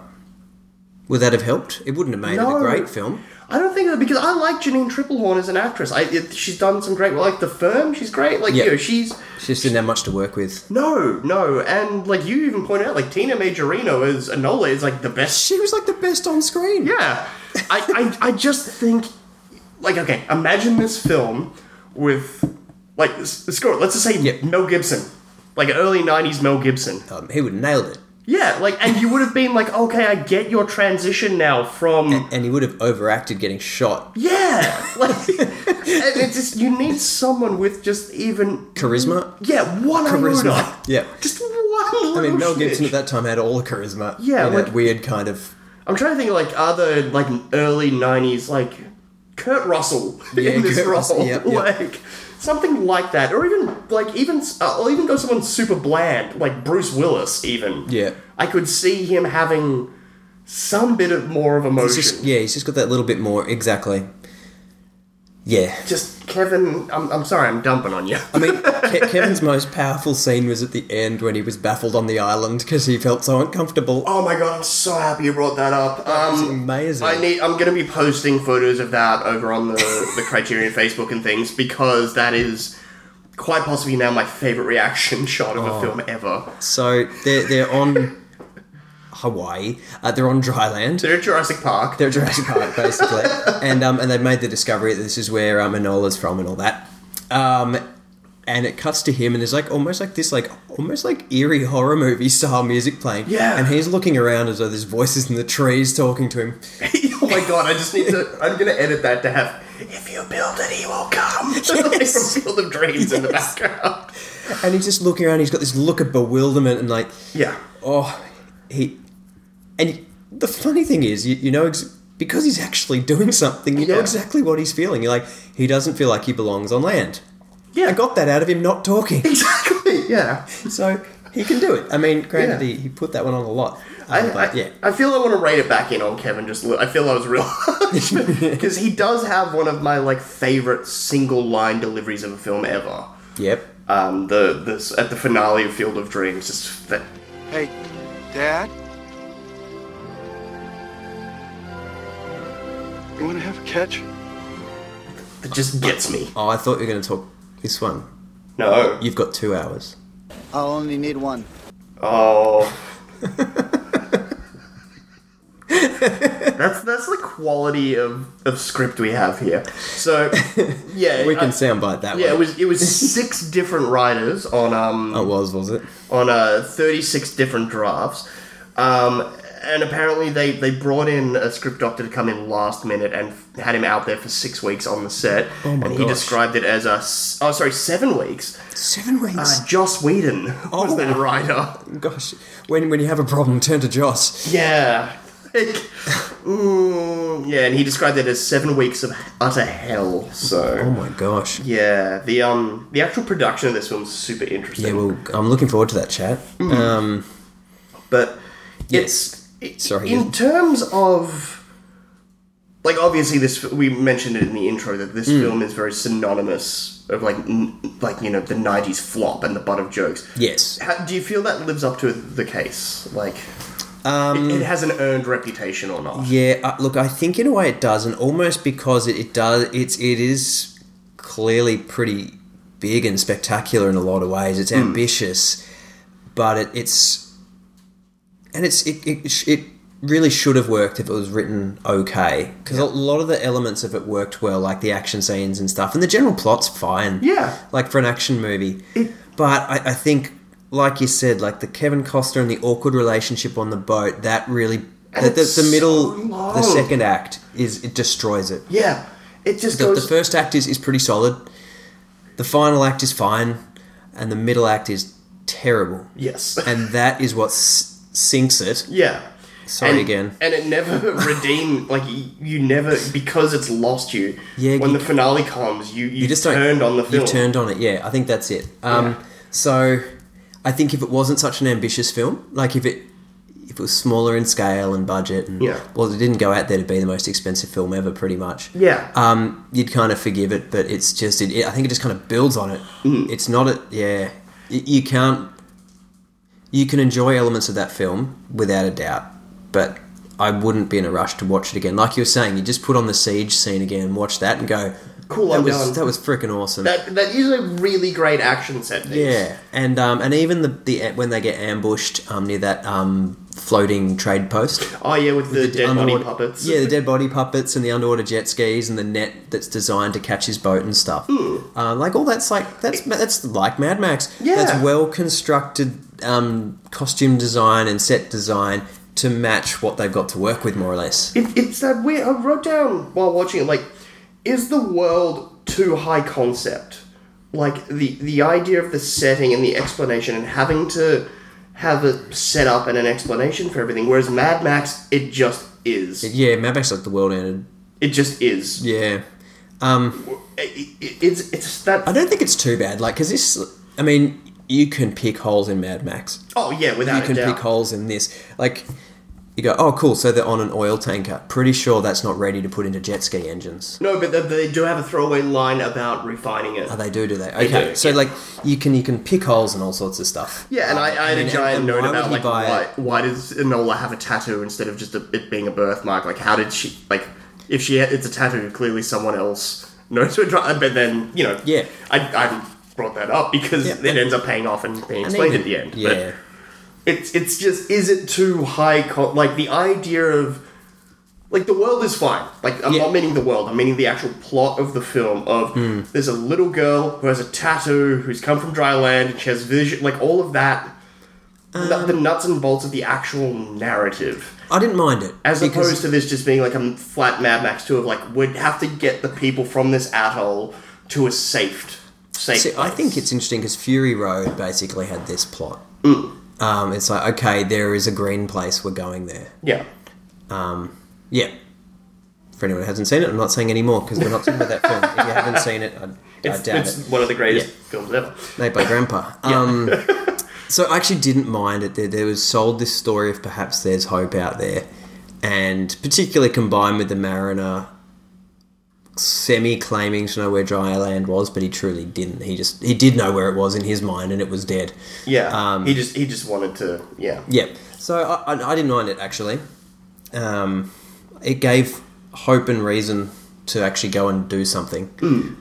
B: Would that have helped? It wouldn't have made it
A: No.
B: a great film.
A: I don't think that because I like Janine Triplehorn as an actress. I it, she's done some great like The Firm. She's great. Like
B: Yeah.
A: you know, she's
B: She just didn't have much to work with.
A: no no, and like you even pointed out, like Tina Majorino as Anola is like the best.
B: She was like the best on screen.
A: Yeah, I, I I just think like okay, imagine this film with like s- score. Let's just say
B: Yep.
A: Mel Gibson, like early '90s Mel Gibson.
B: Um, he would have nailed it.
A: Yeah, like and you would have been like, okay, I get your transition now from.
B: And he would have overacted getting shot.
A: Yeah, like and it's just you need someone with just even
B: Charisma?
A: yeah one iota.
B: Charisma. Yeah.
A: just one.
B: I mean, Mel Gibson at
A: that.
B: that time had all the charisma.
A: Yeah,
B: In
A: like-
B: that weird kind of.
A: I'm trying to think of, like other like early '90s like Kurt Russell
B: Yeah,
A: in this
B: Kurt
A: role,
B: Russell, yep, yep.
A: like something like that, or even like even uh, or even go someone super bland like Bruce Willis. Even
B: Yeah.
A: I could see him having some bit of more of emotion.
B: He's just, yeah, he's just got that little bit more. Exactly. Yeah.
A: Just Kevin, I'm, I'm sorry, I'm dumping on you.
B: I mean, Ke- Kevin's most powerful scene was at the end when he was baffled on the island because he felt so uncomfortable.
A: Oh my god, I'm so happy you brought that up. Um,
B: amazing.
A: I need. I'm going to be posting photos of that over on the the Criterion Facebook and things because that is quite possibly now my favorite reaction shot of
B: Oh.
A: a film ever.
B: so they're they're on Hawaii. Uh, they're on dry land.
A: They're at Jurassic Park.
B: They're at Jurassic Park, basically, and um, and they've made the discovery that this is where um, Enola's from and all that. Um, and it cuts to him, and there's like almost like this, like almost like eerie horror movie style music playing.
A: Yeah.
B: and he's looking around as though there's voices in the trees talking to him.
A: oh my god, I just need to. I'm going to edit that to have. If you build it, he will come. like
B: Yes.
A: from Field of Dreams in the background.
B: And he's just looking around. He's got this look of bewilderment and like,
A: Yeah.
B: oh, he. And the funny thing is, you, you know, ex- because he's actually doing something, you know
A: Yeah.
B: exactly what he's feeling. You're like, he doesn't feel like he belongs on land.
A: Yeah.
B: I got that out of him not talking.
A: Exactly. Yeah.
B: so he can do it. I mean, granted,
A: Yeah.
B: he, he put that one on a lot.
A: I,
B: Um, but
A: I,
B: yeah.
A: I feel I want to rate it back in on Kevin. Just a little- I feel I was real because he does have one of my like favorite single line deliveries of a film ever.
B: Yep.
A: Um, the this at the finale of Field of Dreams. Just that
F: Hey, Dad? You want to have a catch?
A: that just gets me.
B: Oh, I thought you were going to talk this one.
A: No.
B: You've got two hours.
E: I'll only need one.
A: Oh. that's that's the quality of, of script we have here. So yeah,
B: We can
A: I-
B: soundbite that
A: Uh, yeah, it
B: one.
A: was it was six different writers on um
B: Oh, it was, was it?
A: on uh, 36 different drafts. Um, and apparently, they, they brought in a script doctor to come in last minute and f- had him out there for six weeks on the set.
B: Oh my
A: and he
B: gosh.
A: described it as a. s- Oh, sorry, seven weeks.
B: Seven weeks.
A: Uh, Joss Whedon was
B: Oh.
A: that writer.
B: Gosh, when when you have a problem, turn to Joss.
A: Yeah. Like, mm, yeah, and he described it as seven weeks of utter hell.
B: Oh
A: So.
B: my gosh.
A: Yeah, the um the actual production of this film's super interesting.
B: Yeah, well, I'm looking forward to that chat. Um,
A: but
B: Yes.
A: Mm, it's
B: Sorry,
A: in
B: you-
A: terms of like obviously this we mentioned it in the intro that
B: Hmm.
A: this film is very synonymous of like n- like you know the 90s flop and the butt of jokes
B: yes.
A: how, do you feel that lives up to the case like
B: Um,
A: it, it has an earned reputation or not.
B: Yeah, uh, look, I think in a way it does, and almost because it, it does, it's it is clearly pretty big and spectacular in a lot of ways.
A: Hmm.
B: It's ambitious, but it, it's and it's it, it sh- it really should have worked if it was written okay because a lot of the elements of it worked well, like the action scenes and stuff, and the general plot's fine.
A: Yeah.
B: like for an action movie, but I, I think. Like you said, like the Kevin Costner and the awkward relationship on the boat, that really
A: And
B: the, the,
A: it's
B: the middle,
A: so long.
B: the second act is it destroys it.
A: Yeah, it just
B: The, the
A: goes.
B: first act is, is pretty solid. The final act is fine, and the middle act is terrible.
A: Yes.
B: and that is what s- sinks it.
A: yeah.
B: Sorry
A: and,
B: again.
A: And it never redeem like you, you never because it's lost you.
B: Yeah,
A: When
B: you-
A: the finale comes, you you,
B: You just don't-
A: turned on the film.
B: You turned on it. Yeah, I think that's it. Um,
A: Yeah.
B: So, I think if it wasn't such an ambitious film, like if it if it was smaller in scale and budget, and
A: Yeah.
B: well, it didn't go out there to be the most expensive film ever, pretty much.
A: Yeah.
B: um, you'd kind of forgive it, but it's just it, it- I think it just kind of builds on it.
A: Mm-hmm.
B: It's not a yeah. Y- You can't. You can enjoy elements of that film without a doubt, but I wouldn't be in a rush to watch it again. Like you were saying, you just put on the siege scene again, watch that, and go.
A: Cool,
B: That
A: I'm
B: was
A: done."
B: that was freaking awesome.
A: That that is a really great action set piece.
B: yeah, and um, and even the, the when they get ambushed um, near that um, floating trade post.
A: Oh yeah, with, the, dead body
B: underwater-
A: puppets.
B: Yeah, the dead body puppets and the underwater jet skis and the net that's designed to catch his boat and stuff. Uh, like all that's like that's that's like Mad Max.
A: Yeah.
B: that's well constructed um, costume design and set design to match what they've got to work with, more or less.
A: It, it's that weird. I wrote down while watching it, like, is the world too high concept? Like the the idea of the setting and the explanation and having to have a setup and an explanation for everything. Whereas Mad Max, it just is.
B: Yeah, Mad Max like the world ended.
A: It just is.
B: Yeah, um,
A: It, it- it's it's that.
B: I don't think it's too bad. Like, cause this, I mean, you can pick holes in Mad Max.
A: Oh yeah, without
B: you can
A: a doubt.
B: pick holes in this. Like, you go, oh, cool. So they're on an oil tanker. Pretty sure that's not ready to put into jet ski engines.
A: no, but they, they do have a throwaway line about refining it.
B: Oh, they do do that.
A: They
B: Okay,
A: do,
B: so
A: yeah.
B: like you can you can pick holes and all sorts of stuff.
A: Yeah, and I, I had
B: mean,
A: a giant
B: and-
A: note
B: and why
A: about
B: would
A: like
B: he buy
A: why,
B: it?
A: why does Enola have a tattoo instead of just a, it being a birthmark? Like, how did she like if she had, it's a tattoo? Clearly, someone else knows to draw. But then you know,
B: Yeah.
A: I, I brought that up because
B: Yeah,
A: it
B: and-
A: ends up paying off and being
B: And
A: explained
B: even-
A: at the end.
B: Yeah,
A: but it's it's just is it too high? Co- like the idea of like the world is fine. Like I'm
B: Yeah. Hmm.
A: not meaning the world. I'm meaning the actual plot of the film. Of there's a little girl who has a tattoo, who's come from dry land, and she has vision. Like all of that,
B: Um,
A: nu- the nuts and bolts of the actual narrative,
B: I didn't mind it
A: as
B: because-
A: opposed to this just being like a flat Mad Max two of like we'd have to get the people from this atoll to a safe, safe.
B: See, I
A: place.
B: think it's interesting because Fury Road basically had this plot.
A: Mm.
B: Um, it's like okay, there is a green place. We're going there.
A: yeah.
B: Yeah. For anyone who hasn't seen it, I'm not saying any more because we're not talking about that film. If you haven't seen it, I, I
A: It's,
B: doubt
A: it's
B: it.
A: one of the greatest
B: Yeah.
A: films ever.
B: Made by Grandpa. Um, so I actually didn't mind it. There, there was sold this story of perhaps there's hope out there, and particularly combined with the Mariner semi claiming to know where dry land was, but he truly didn't. He just he did know where it was in his mind, and it was dead.
A: Yeah,
B: Um,
A: he just he just wanted to. Yeah,
B: Yeah. So I, I, I didn't mind it actually. Um, it gave hope and reason to actually go and do something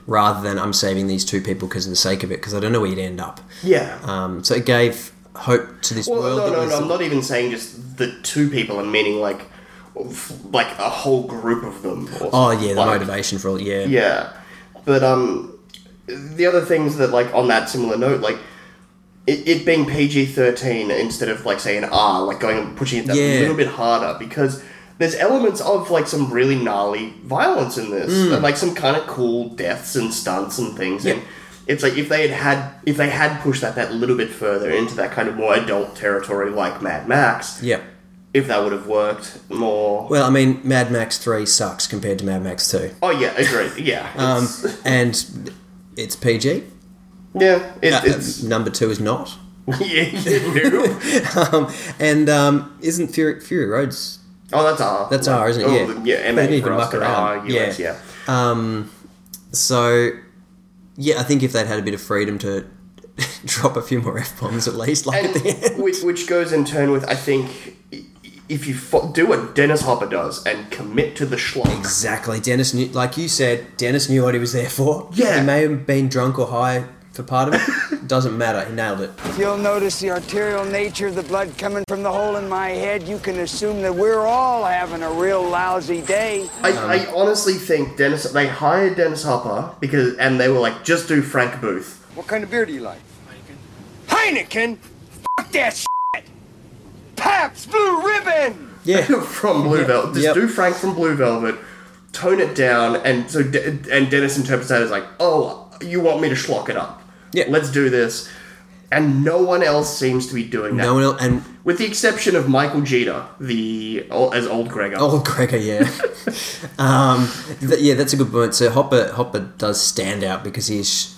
B: rather than I'm saving these two people because of the sake of it because I don't know where you'd end up.
A: yeah.
B: Um, so it gave hope to this
A: Well,
B: world.
A: no,
B: that
A: no,
B: was-
A: no. I'm not even saying just the two people. I'm meaning like, f- like a whole group of them. Or
B: Oh yeah, the
A: like,
B: motivation for all. Yeah.
A: Yeah, but um, the other things that like on that similar note, like it, it being PG thirteen instead of like say an R, like going and pushing it that
B: Yeah.
A: little bit harder because there's elements of like some really gnarly violence in this,
B: Mm.
A: and, like some kind of cool deaths and stunts and things. And it's like if they had had if they had pushed that that little bit further into that kind of more adult territory, like Mad Max.
B: Yeah.
A: If that would have worked more.
B: Well, I mean, Mad Max Three sucks compared to Mad Max Two,
A: oh yeah, agree. Yeah.
B: um,
A: it's-
B: and it's PG.
A: yeah. It,
B: Uh,
A: it's
B: number two is not.
A: yeah, you do.
B: um, and um, isn't Fury, Fury Road's
A: Oh, that's R.
B: That's R, isn't it?
A: Oh,
B: Yeah.
A: yeah,
B: They
A: MA
B: didn't
A: for
B: even
A: us,
B: muck
A: but
B: around.
A: R, US,
B: Yeah.
A: yeah.
B: Um, so, yeah, I think if they'd had a bit of freedom to drop a few more f bombs at least, like at the end.
A: And which, which goes in turn with, I think, if you fo- do what Dennis Hopper does and commit to the schlock.
B: Exactly. Dennis knew, like you said, Dennis knew what he was there for.
A: Yeah.
B: He may have been drunk or high for part of it. Doesn't matter. He nailed it.
H: You'll notice the arterial nature of the blood coming from the hole in my head. You can assume that we're all having a real lousy day.
A: I,
B: um,
A: I honestly think Dennis. They hired Dennis Hopper because, and they were like, just do Frank Booth.
H: What kind of beer do you like? Heineken. Heineken? Fuck that shit! Pabst Blue Ribbon!
B: Yeah.
A: from Blue Velvet, just
B: Yep.
A: do Frank from Blue Velvet. Tone it down, and so De- and Dennis interprets that as like, oh, you want me to schlock it up?
B: Yeah.
A: Let's do this. And no one else seems to be doing that.
B: No one else. And
A: With the exception of Michael Jeter, the as old Gregor.
B: Oh, Gregor, yeah. um, th- yeah, that's a good point. So Hopper Hopper does stand out because he's sh-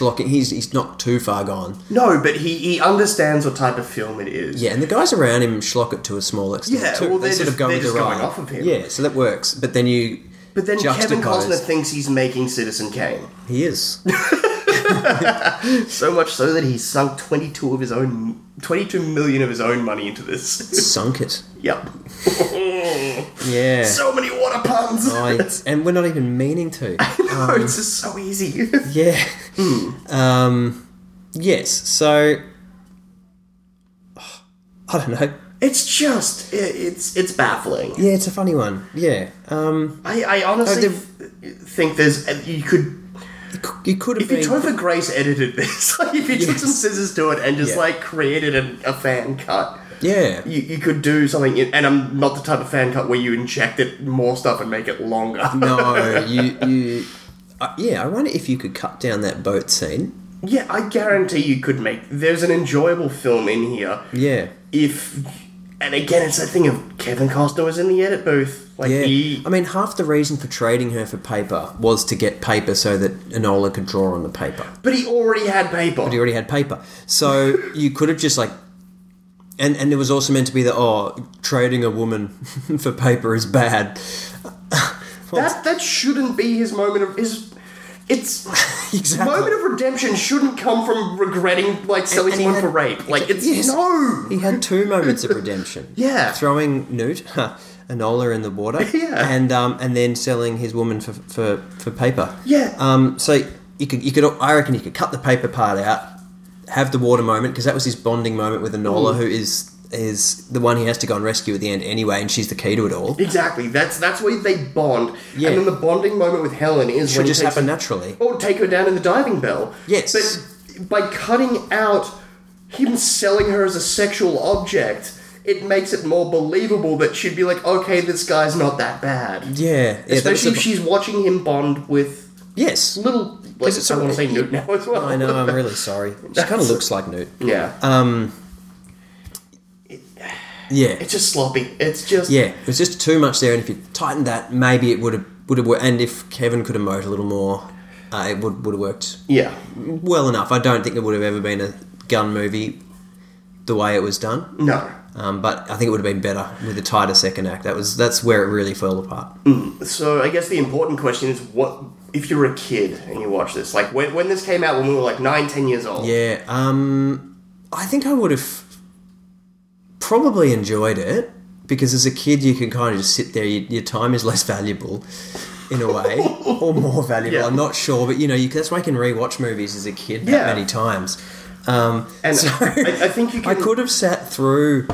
B: schlocking. He's he's not too far gone.
A: No, but he, he understands what type of film it is.
B: Yeah, and the guys around him schlock it to a small extent.
A: Yeah,
B: too.
A: well,
B: they
A: they're
B: sort
A: just-
B: of go
A: they're
B: with
A: just
B: the
A: going
B: ride.
A: off of him.
B: Yeah, so that works. But then you.
A: But then Kevin
B: juxtapose-
A: Costner thinks he's making Citizen Kane.
B: He is.
A: So much so that he sunk 22 of his own 22 million of his own money into this.
B: Sunk it.
A: yep.
B: Yeah.
A: so many water puns.
B: Oh, it's- and we're not even meaning to.
A: Oh, it's just so easy.
B: Yeah.
A: Hmm.
B: Um, yes. So I don't know.
A: it's just i it's it's baffling.
B: Yeah, it's a funny one. Yeah. Um,
A: I, I honestly
B: Oh,
A: think there's you could
B: you could have
A: if you
B: been.
A: Topher Grace edited this, like if you took some scissors to it and just
B: Yeah.
A: like created a, a fan cut.
B: yeah.
A: You, you could do something, in, and I'm not the type of fan cut where you injected more stuff and make it longer.
B: no, you you. Uh, yeah, I wonder if you could cut down that boat scene.
A: Yeah, I guarantee you could make. There's an enjoyable film in here.
B: Yeah.
A: If, and again, it's that thing of Kevin Costner was in the edit booth. Like
B: Yeah.
A: he,
B: I mean, half the reason for trading her for paper was to get paper so that Enola could draw on the paper.
A: but he already had paper.
B: But he already had paper. So you could have just like. And, and it was also meant to be that, oh, trading a woman for paper is bad.
A: that that shouldn't be his moment of his. It's
B: Exactly.
A: moment of redemption shouldn't come from regretting like selling
B: and he
A: someone
B: had-
A: for rape. Like it's
B: Yes.
A: no.
B: He had two moments of redemption.
A: Yeah.
B: Throwing Newt, Enola in the water.
A: Yeah.
B: And, um, and then selling his woman for, for, for paper.
A: Yeah.
B: Um, so you could, you could, I reckon you could cut the paper part out, have the water moment because that was his bonding moment with
A: Mm.
B: Enola, who is is the one he has to go and rescue at the end anyway, and she's the key to it all.
A: Exactly. That's that's where they bond.
B: Yeah.
A: And then the bonding moment with Helen is
B: Should
A: when he
B: just
A: takes- Oh.
B: happen naturally.
A: Or take her down in the diving bell.
B: Yes.
A: But by cutting out him selling her as a sexual object, it makes it more believable that she'd be like, okay, this guy's not that bad.
B: Yeah, yeah, that was
A: Especially if
B: the-
A: she's watching him bond with
B: yes.
A: little. Like,
B: Because it's
A: I want to
B: sort
A: say
B: of-
A: Newt now as well.
B: I know. I'm really Um, sorry. She kind of looks like Newt.
A: Yeah.
B: Yeah,
A: it's just sloppy. It's just.
B: yeah. It was just too much there, and if you tightened that, maybe it would have would have worked. And if Kevin could have mowed a little more, uh, it would would have worked
A: Yeah.
B: well enough. I don't think it would have ever been a gun movie the way it was done.
A: No.
B: Um, but I think it would have been better with a tighter second act. That was that's where it really fell apart.
A: So I guess the important question is what. If you were a kid and you watch this, like when, when this came out when we were like nine, ten years old.
B: Yeah, um, I think I would have probably enjoyed it because as a kid you can kind of just sit there. Your, your time is less valuable in a way, or more valuable.
A: Yeah.
B: I'm not sure, but you know you, that's why I can rewatch movies as a kid that
A: Yeah.
B: many times. Um,
A: And
B: so-
A: I, I think you can.
B: I could have sat through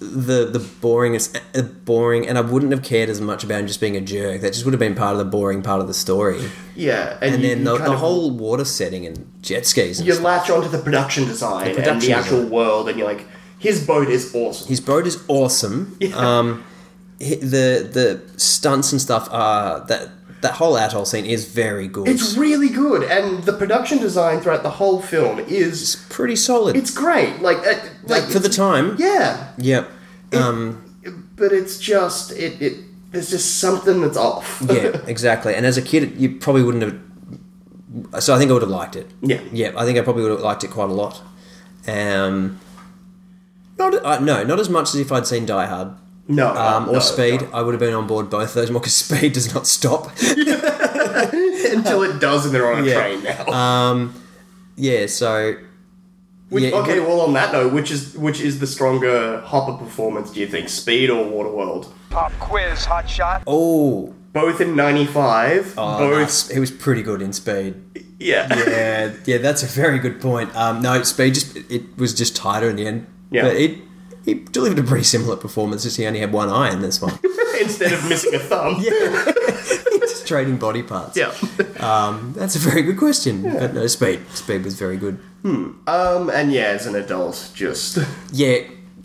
B: the the boringest uh, boring and I wouldn't have cared as much about him just being a jerk. That just would have been part of the boring part of the story.
A: Yeah, and,
B: And
A: you-
B: then
A: you
B: the,
A: kind
B: the
A: of-
B: whole water setting and jet skis and
A: you
B: stuff.
A: latch onto the production design
B: The
A: and the
B: production
A: actual
B: design.
A: world, and you're like, his boat is awesome.
B: His boat is awesome. Um he- the the stunts and stuff are that that whole atoll scene is very good.
A: It's really good, and the production design throughout the whole film is
B: pretty solid.
A: it's great. Like, uh, like
B: like for the time.
A: yeah,
B: Yep.
A: but it's just it it. There's just something that's off.
B: yeah, exactly. And as a kid, you probably wouldn't have. So I think I would have liked it.
A: Yeah.
B: Yeah, I think I probably would have liked it quite a lot. Um, not uh, no, not as much as if I'd seen Die Hard
A: no,
B: um, or
A: no,
B: Speed.
A: no.
B: I would have been on board both of those more because Speed does not stop.
A: until it does, and they're on a
B: Yeah.
A: train now.
B: yeah, so
A: Which,
B: Yeah, it
A: okay,
B: would-
A: well, on that note, which is which is the stronger Hopper performance? Do you think Speed or Waterworld?
H: Pop quiz, hotshot.
B: Oh,
A: both in '95. both,
B: nice. he was pretty good in Speed.
A: yeah.
B: Oh, yeah, yeah, that's a very good point. Um, no, speed just it was just tighter in the end.
A: Yeah.
B: but it he delivered a pretty similar performance. Just he only had one eye in this one,
A: Instead of missing a thumb. yeah.
B: just trading body parts.
A: Yeah.
B: um, that's a very good question. But no, speed speed was very good.
A: Um, and yeah, as an adult, just
B: Yeah,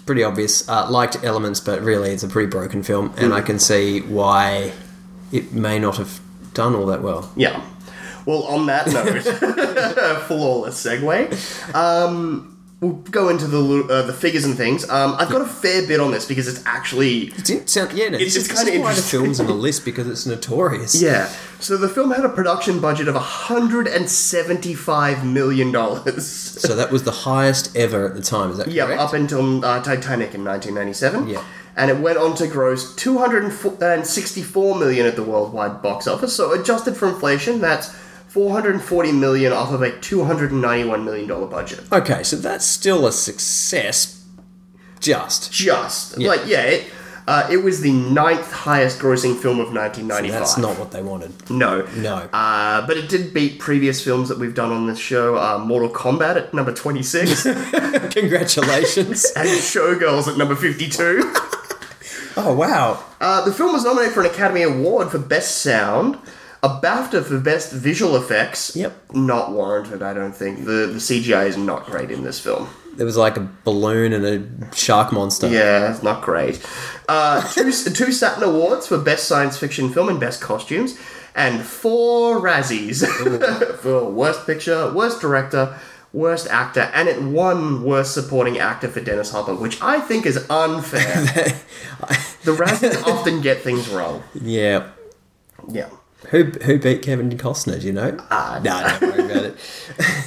B: pretty obvious. Uh, liked elements, but really it's a pretty broken film, and I
A: Mm.
B: can see why it may not have done all that well.
A: yeah. Well, on that note, flawless segue. Um, we'll go into the lu- uh, the figures and things. Um, I've got a fair bit on this because it's actually
B: It didn't sound yeah. No,
A: It's-
B: it's,
A: it's
B: it's
A: kinda
B: kind of why the
A: interesting.
B: films on the list because it's notorious.
A: Yeah. So the film had a production budget of $175 million.
B: So that was the highest ever at the time. Is that
A: yep,
B: correct?
A: up until uh, Titanic in 1997.
B: Yeah.
A: And it went on to gross 264 uh, million at the worldwide box office. So adjusted for inflation, that's 440 million off of a 291 million dollar budget.
B: Okay, so that's still a success. Just.
A: Just
B: Yeah.
A: like yeah, it, uh, it was the ninth highest grossing film of 1995.
B: That's not what they wanted.
A: no.
B: No.
A: Uh, but it did beat previous films that we've done on this show. Uh, Mortal Kombat at number 26 and
B: Congratulations.
A: Showgirls at number 52.
B: oh, wow.
A: Uh, the film was nominated for an Academy Award for Best Sound, a BAFTA for Best Visual Effects.
B: Yep.
A: Not warranted, I don't think. The, the CGI is not great in this film.
B: There was like a balloon and a shark monster.
A: Yeah, it's not great. Uh, two, two Saturn Awards for Best Science Fiction Film and Best Costumes, and four Razzies for Worst Picture, Worst Director, Worst Actor, and it won Worst Supporting Actor for Dennis Hopper, which I think is unfair. the Razzies often get things wrong.
B: Yeah.
A: Yeah.
B: Who who beat Kevin Costner, do you know? Ah, no, don't worry about it.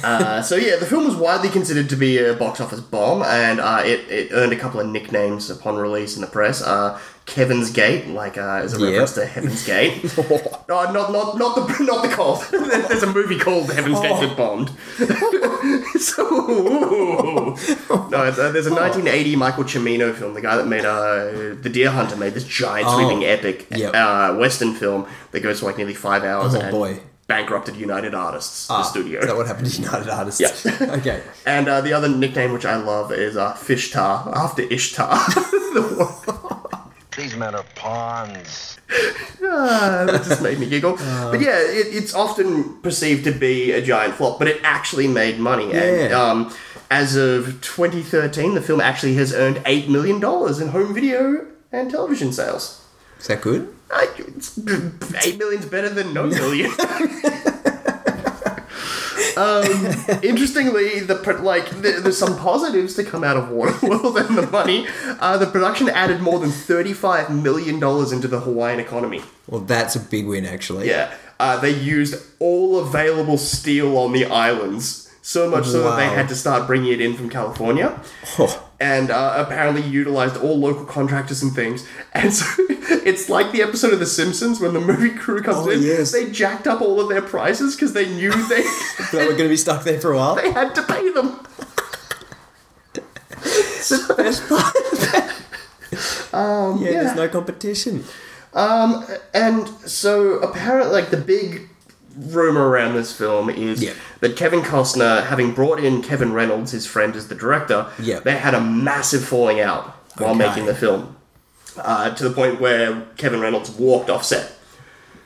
A: Uh, so yeah, the film was widely considered to be a box office bomb, and uh, it, it earned a couple of nicknames upon release in the press. Uh, Kevin's Gate, like uh, as a
B: Yep.
A: reference to Heaven's Gate. no, not not not the not the cult. There's a movie called Heaven's
B: Oh.
A: Gate that bombed. so no, it's, uh,
B: Oh.
A: there's a 1980 Michael Cimino film, the guy that made uh, The Deer Hunter, made this giant sweeping epic
B: Oh. Yep.
A: uh, western film that goes for like nearly five hours.
B: Oh,
A: and
B: boy.
A: Bankrupted United Artists,
B: Ah,
A: the studio.
B: Is that what happened to United Artists?
A: Yeah.
B: okay.
A: And uh, the other nickname which I love is uh, Fishtar, after Ishtar. the one
L: These men are pawns.
A: Ah, that just made me giggle. but yeah, it, it's often perceived to be a giant flop, but it actually made money. And
B: Yeah.
A: um, as of 2013, the film actually has earned $8 million in home video and television sales.
B: Is that good?
A: I, it's, eight million's better than no million. um, interestingly, the pro- like th- there's some positives to come out of Waterworld and the money. Uh, the production added more than 35 million dollars into the Hawaiian economy.
B: Well, that's a big win, actually.
A: Yeah, uh, they used all available steel on the islands. So much so that they
B: Wow.
A: had to start bringing it in from California
B: Oh,
A: and uh, apparently utilized all local contractors and things. And so it's like the episode of The Simpsons when the movie crew comes
B: Oh,
A: in,
B: yes.
A: they jacked up all of their prices because they knew they
B: but we're going to be stuck there for a while.
A: they had to pay them.
B: Um, yeah,
A: yeah.
B: there's no competition.
A: Um, and so apparently, like the big rumor around this film is
B: Yeah.
A: that Kevin Costner, having brought in Kevin Reynolds, his friend, as the director,
B: Yeah.
A: they had a massive falling out while
B: Okay.
A: making the film, uh, to the point where Kevin Reynolds walked off set.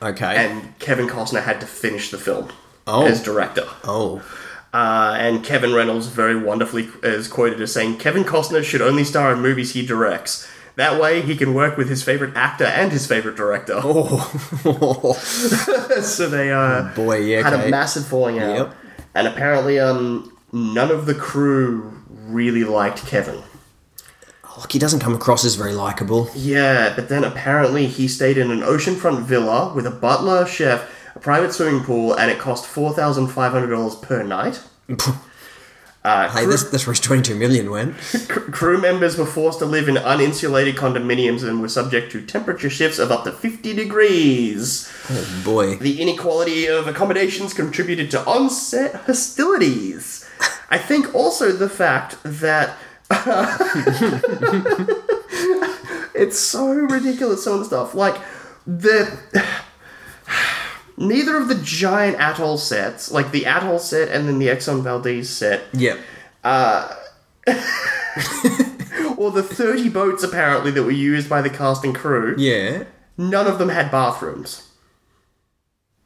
B: Okay.
A: and Kevin Costner had to finish the film
B: Oh.
A: as director.
B: oh.
A: Uh, and Kevin Reynolds very wonderfully is quoted as saying, Kevin Costner should only star in movies he directs. That way, he can work with his favorite actor and his favorite director.
B: Oh.
A: so they uh,
B: boy, yeah,
A: had a
B: okay.
A: massive falling out.
B: Yep.
A: And apparently, um, none of the crew really liked Kevin.
B: Look, he doesn't come across as very likable.
A: Yeah, but then apparently he stayed in an oceanfront villa with a butler, chef, a private swimming pool, and it cost four thousand five hundred dollars per night. Uh,
B: Hey,
A: crew,
B: this this reached 22 million when.
A: cr- crew members were forced to live in uninsulated condominiums and were subject to temperature shifts of up to 50 degrees.
B: Oh boy.
A: The inequality of accommodations contributed to on set hostilities. I think also the fact that it's so ridiculous some of the stuff like the neither of the giant atoll sets like the atoll set and then the exxon valdez set
B: Yeah.
A: uh, or the 30 boats apparently that were used by the cast and crew
B: Yeah.
A: none of them had bathrooms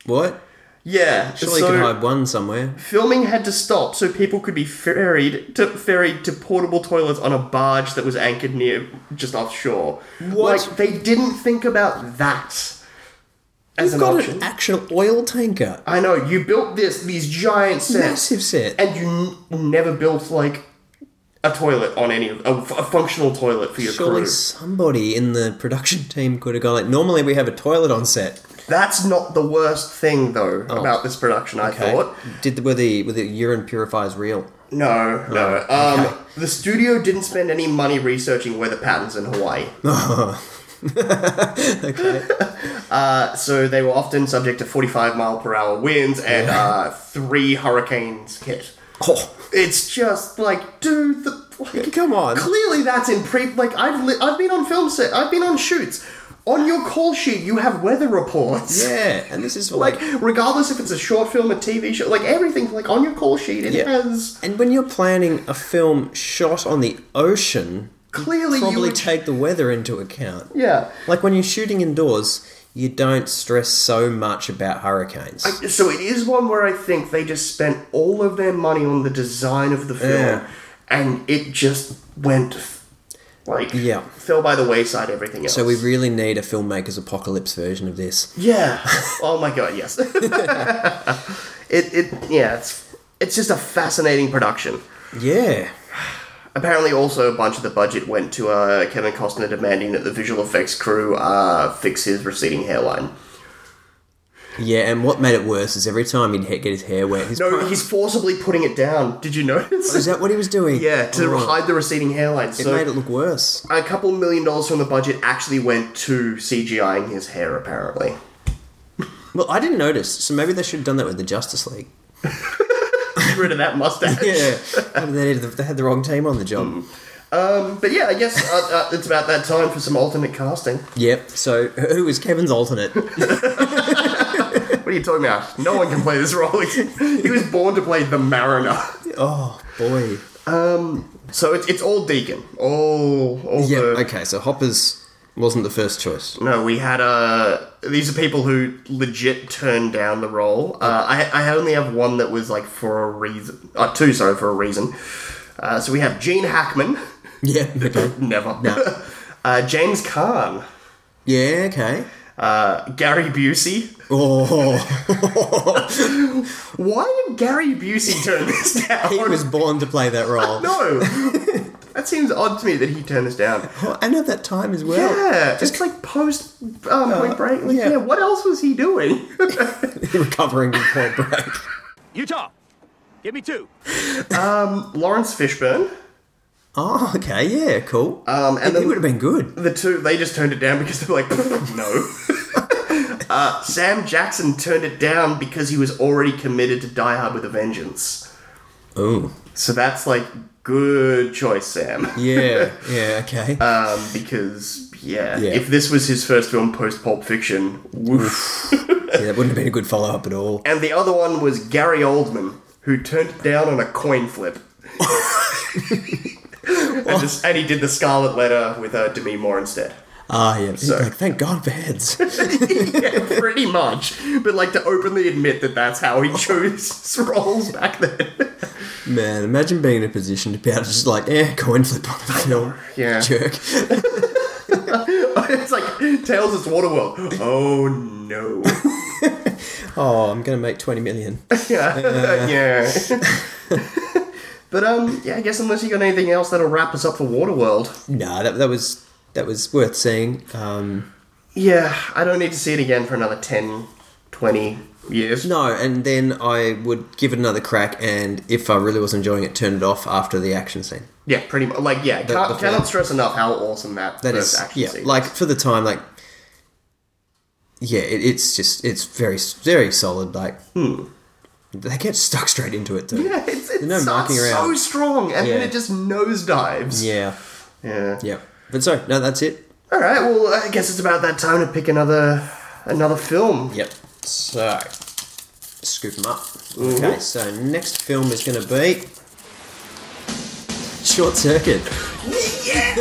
B: What?
A: yeah
B: Surely
A: so
B: you can hide one somewhere.
A: filming had to stop so people could be ferried to ferried to portable toilets on a barge that was anchored near just offshore
B: What?
A: like they didn't think about that as an
B: You've got
A: option
B: an actual oil tanker.
A: I know you built this these giant sets,
B: Massive set.
A: and you n- never built like a toilet on any of a, f- a functional toilet for your
B: Surely
A: crew.
B: somebody in the production team could have gone like, normally we have a toilet on set.
A: That's not the worst thing though
B: Oh.
A: about this production. I
B: Okay.
A: thought
B: Did the, were the were the urine purifiers real?
A: no, no.
B: Oh,
A: Um,
B: okay.
A: The studio didn't spend any money researching weather patterns in Hawaii,
B: okay.
A: uh, so they were often subject to forty-five mile per hour winds and uh, three hurricanes hit.
B: Oh,
A: It's just like, dude, the like,
B: come on.
A: clearly that's in pre like I've li- I've been on film set I've been on shoots on your call sheet you have weather reports
B: Yeah, and this is for
A: like
B: like,
A: regardless if it's a short film a TV show like everything like on your call sheet it
B: Yeah.
A: has
B: and when you're planning a film shot on the ocean,
A: clearly you
B: probably
A: would,
B: take the weather into account.
A: yeah
B: Like when you're shooting indoors, you don't stress so much about hurricanes.
A: so it is one where I think they just spent all of their money on the design of the film
B: Yeah.
A: and it just went like
B: Yeah.
A: fell by the wayside everything else
B: so we really need a filmmaker's apocalypse version of this.
A: Yeah. Oh my god, yes. it it yeah, it's it's just a fascinating production.
B: Yeah.
A: Apparently, also a bunch of the budget went to uh, Kevin Costner demanding that the visual effects crew uh, fix his receding hairline.
B: Yeah, and what made it worse is every time he'd he- get his hair wet, his
A: No,
B: pri-
A: he's forcibly putting it down. Did you notice?
B: is that what he was doing?
A: yeah, to
B: Oh,
A: hide the receding hairline.
B: It
A: So
B: made it look worse.
A: a couple million dollars from the budget actually went to CGIing his hair. Apparently,
B: Well, I didn't notice, so maybe they should have done that with the Justice League.
A: get rid of that mustache.
B: Yeah, Maybe they, had the, they had the wrong team on the job.
A: But yeah, I guess uh, uh, it's about that time for some alternate casting.
B: Yep. So who was Kevin's alternate?
A: What are you talking about? No one can play this role. he was born to play the Mariner.
B: oh boy.
A: So it's, it's all Deacon. All all
B: Yeah.
A: the
B: Okay. So Hoppers wasn't the first choice.
A: no. We had uh these are people who legit turned down the role. Uh, I I only have one that was like for a reason. Uh, two sorry for a reason. Uh, so we have Gene Hackman.
B: Yeah. Okay.
A: Never.
B: No.
A: uh, James Caan.
B: Yeah. Okay.
A: Uh, Gary Busey.
B: Oh,
A: Why did Gary Busey turn this down?
B: he was born to play that role.
A: no. that seems odd to me that he turned this down.
B: Oh, and at that time as well.
A: Yeah, just like post um, Point Break. Like, yeah.
B: Uh, yeah.
A: what else was he doing?
B: recovering from Point Break.
M: Utah, give me two.
A: Lawrence Fishburne.
B: Oh, okay. Yeah. Cool. Um,
A: Uh, and
B: and
A: then-
B: he would have been good.
A: The two they just turned it down because they're like, no. uh, Sam Jackson turned it down because he was already committed to Die Hard with a Vengeance.
B: Oh.
A: So that's like good choice, Sam.
B: Yeah. Yeah. Okay.
A: Um, because yeah,
B: Yeah.
A: if this was his first film post Pulp Fiction, woof.
B: yeah, that wouldn't have been a good follow up at all.
A: and the other one was Gary Oldman, who turned it down on a coin flip. and, just, and he did the Scarlet Letter with uh, Demi Moore instead.
B: Ah, yeah. He's like, thank God for heads.
A: yeah, pretty much. But like to openly admit that that's how he chose roles back then.
B: Man, imagine being in a position to be able to just like, eh, coin flip on the film.
A: Yeah.
B: Jerk.
A: it's like Tails is Waterworld. Oh no.
B: Oh, I'm going to make 20 million.
A: yeah. Uh, yeah. but um, yeah, I guess unless you got anything else that'll wrap us up for Waterworld.
B: nah, that, that was that was worth seeing. Um,
A: Yeah, I don't need to see it again for another 10, 20 years.
B: no, and then I would give it another crack, and if I really was enjoying it, turn it off after the action scene.
A: Yeah, pretty much. Like, yeah, can't,
B: the
A: cannot
B: film.
A: stress enough how awesome that,
B: That
A: first
B: is,
A: action
B: yeah,
A: scene.
B: like for the time, like, yeah, it, it's
A: Hmm.
B: just it's very very solid. Like, they get stuck straight into it too.
A: yeah, it's, it
B: no
A: starts
B: mucking
A: so
B: around.
A: strong, and then
B: Yeah.
A: it just nosedives.
B: Yeah.
A: Yeah.
B: Yeah. But so, no, that's it.
A: All right. Well, I guess it's about that time to pick another another film.
B: Yep. So, scoop them up.
A: Mm-hmm.
B: Okay, so next film is going to be Short Circuit.
A: Yeah.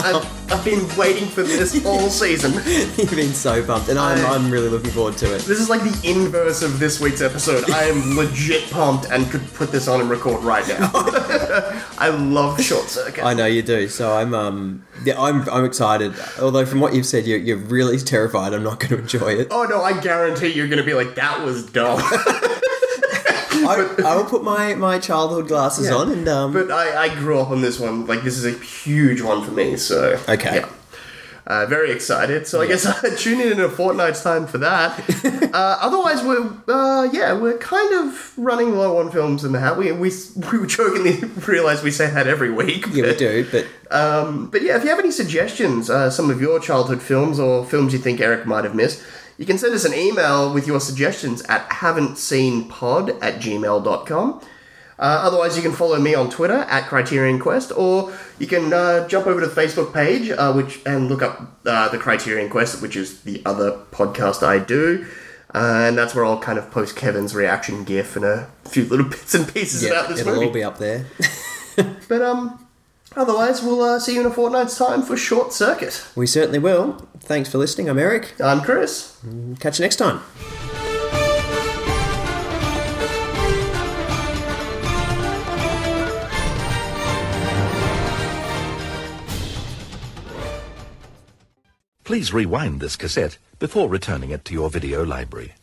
A: I've, I've been waiting for this all season.
B: You've been so pumped, and I'm,
A: I-
B: I'm really looking forward to it.
A: This is like the inverse of this week's episode. I am legit pumped and could put this on and record right now. I love Short Circuit.
B: I know you do, so I'm um yeah I'm I'm excited. Although from what you've said, you're, you're really terrified. I'm not going to enjoy it.
A: Oh no, I guarantee you're gonna be like, that was dumb.
B: I, I will put my, my childhood glasses on and um.
A: But I, I grew up on this one. Like, this is a huge one for me, so.
B: Okay.
A: Yeah. Uh, very excited. So I guess uh, tune in in a fortnight's time for that. uh, otherwise, we're uh, yeah, we're kind of running low on films in the hat. We we we jokingly realize we say that every week.
B: Yeah, we do, but
A: Um, but yeah, if you have any suggestions, uh, some of your childhood films or films you think Eric might have missed, you can send us an email with your suggestions at haven't seen pod at gmail.com. Uh, otherwise, you can follow me on Twitter at Criterion Quest, or you can uh, jump over to the Facebook page, uh, which and look up uh, the Criterion Quest, which is the other podcast I do, uh, and that's where I'll kind of post Kevin's reaction GIF and a few little bits and pieces
B: yeah,
A: about this
B: it'll
A: movie.
B: all be up there.
A: But um, otherwise, we'll uh, see you in a fortnight's time for Short Circuit.
B: We certainly will. Thanks for listening. I'm Eric.
A: I'm Chris.
B: Catch you next time.
N: Please rewind this cassette before returning it to your video library.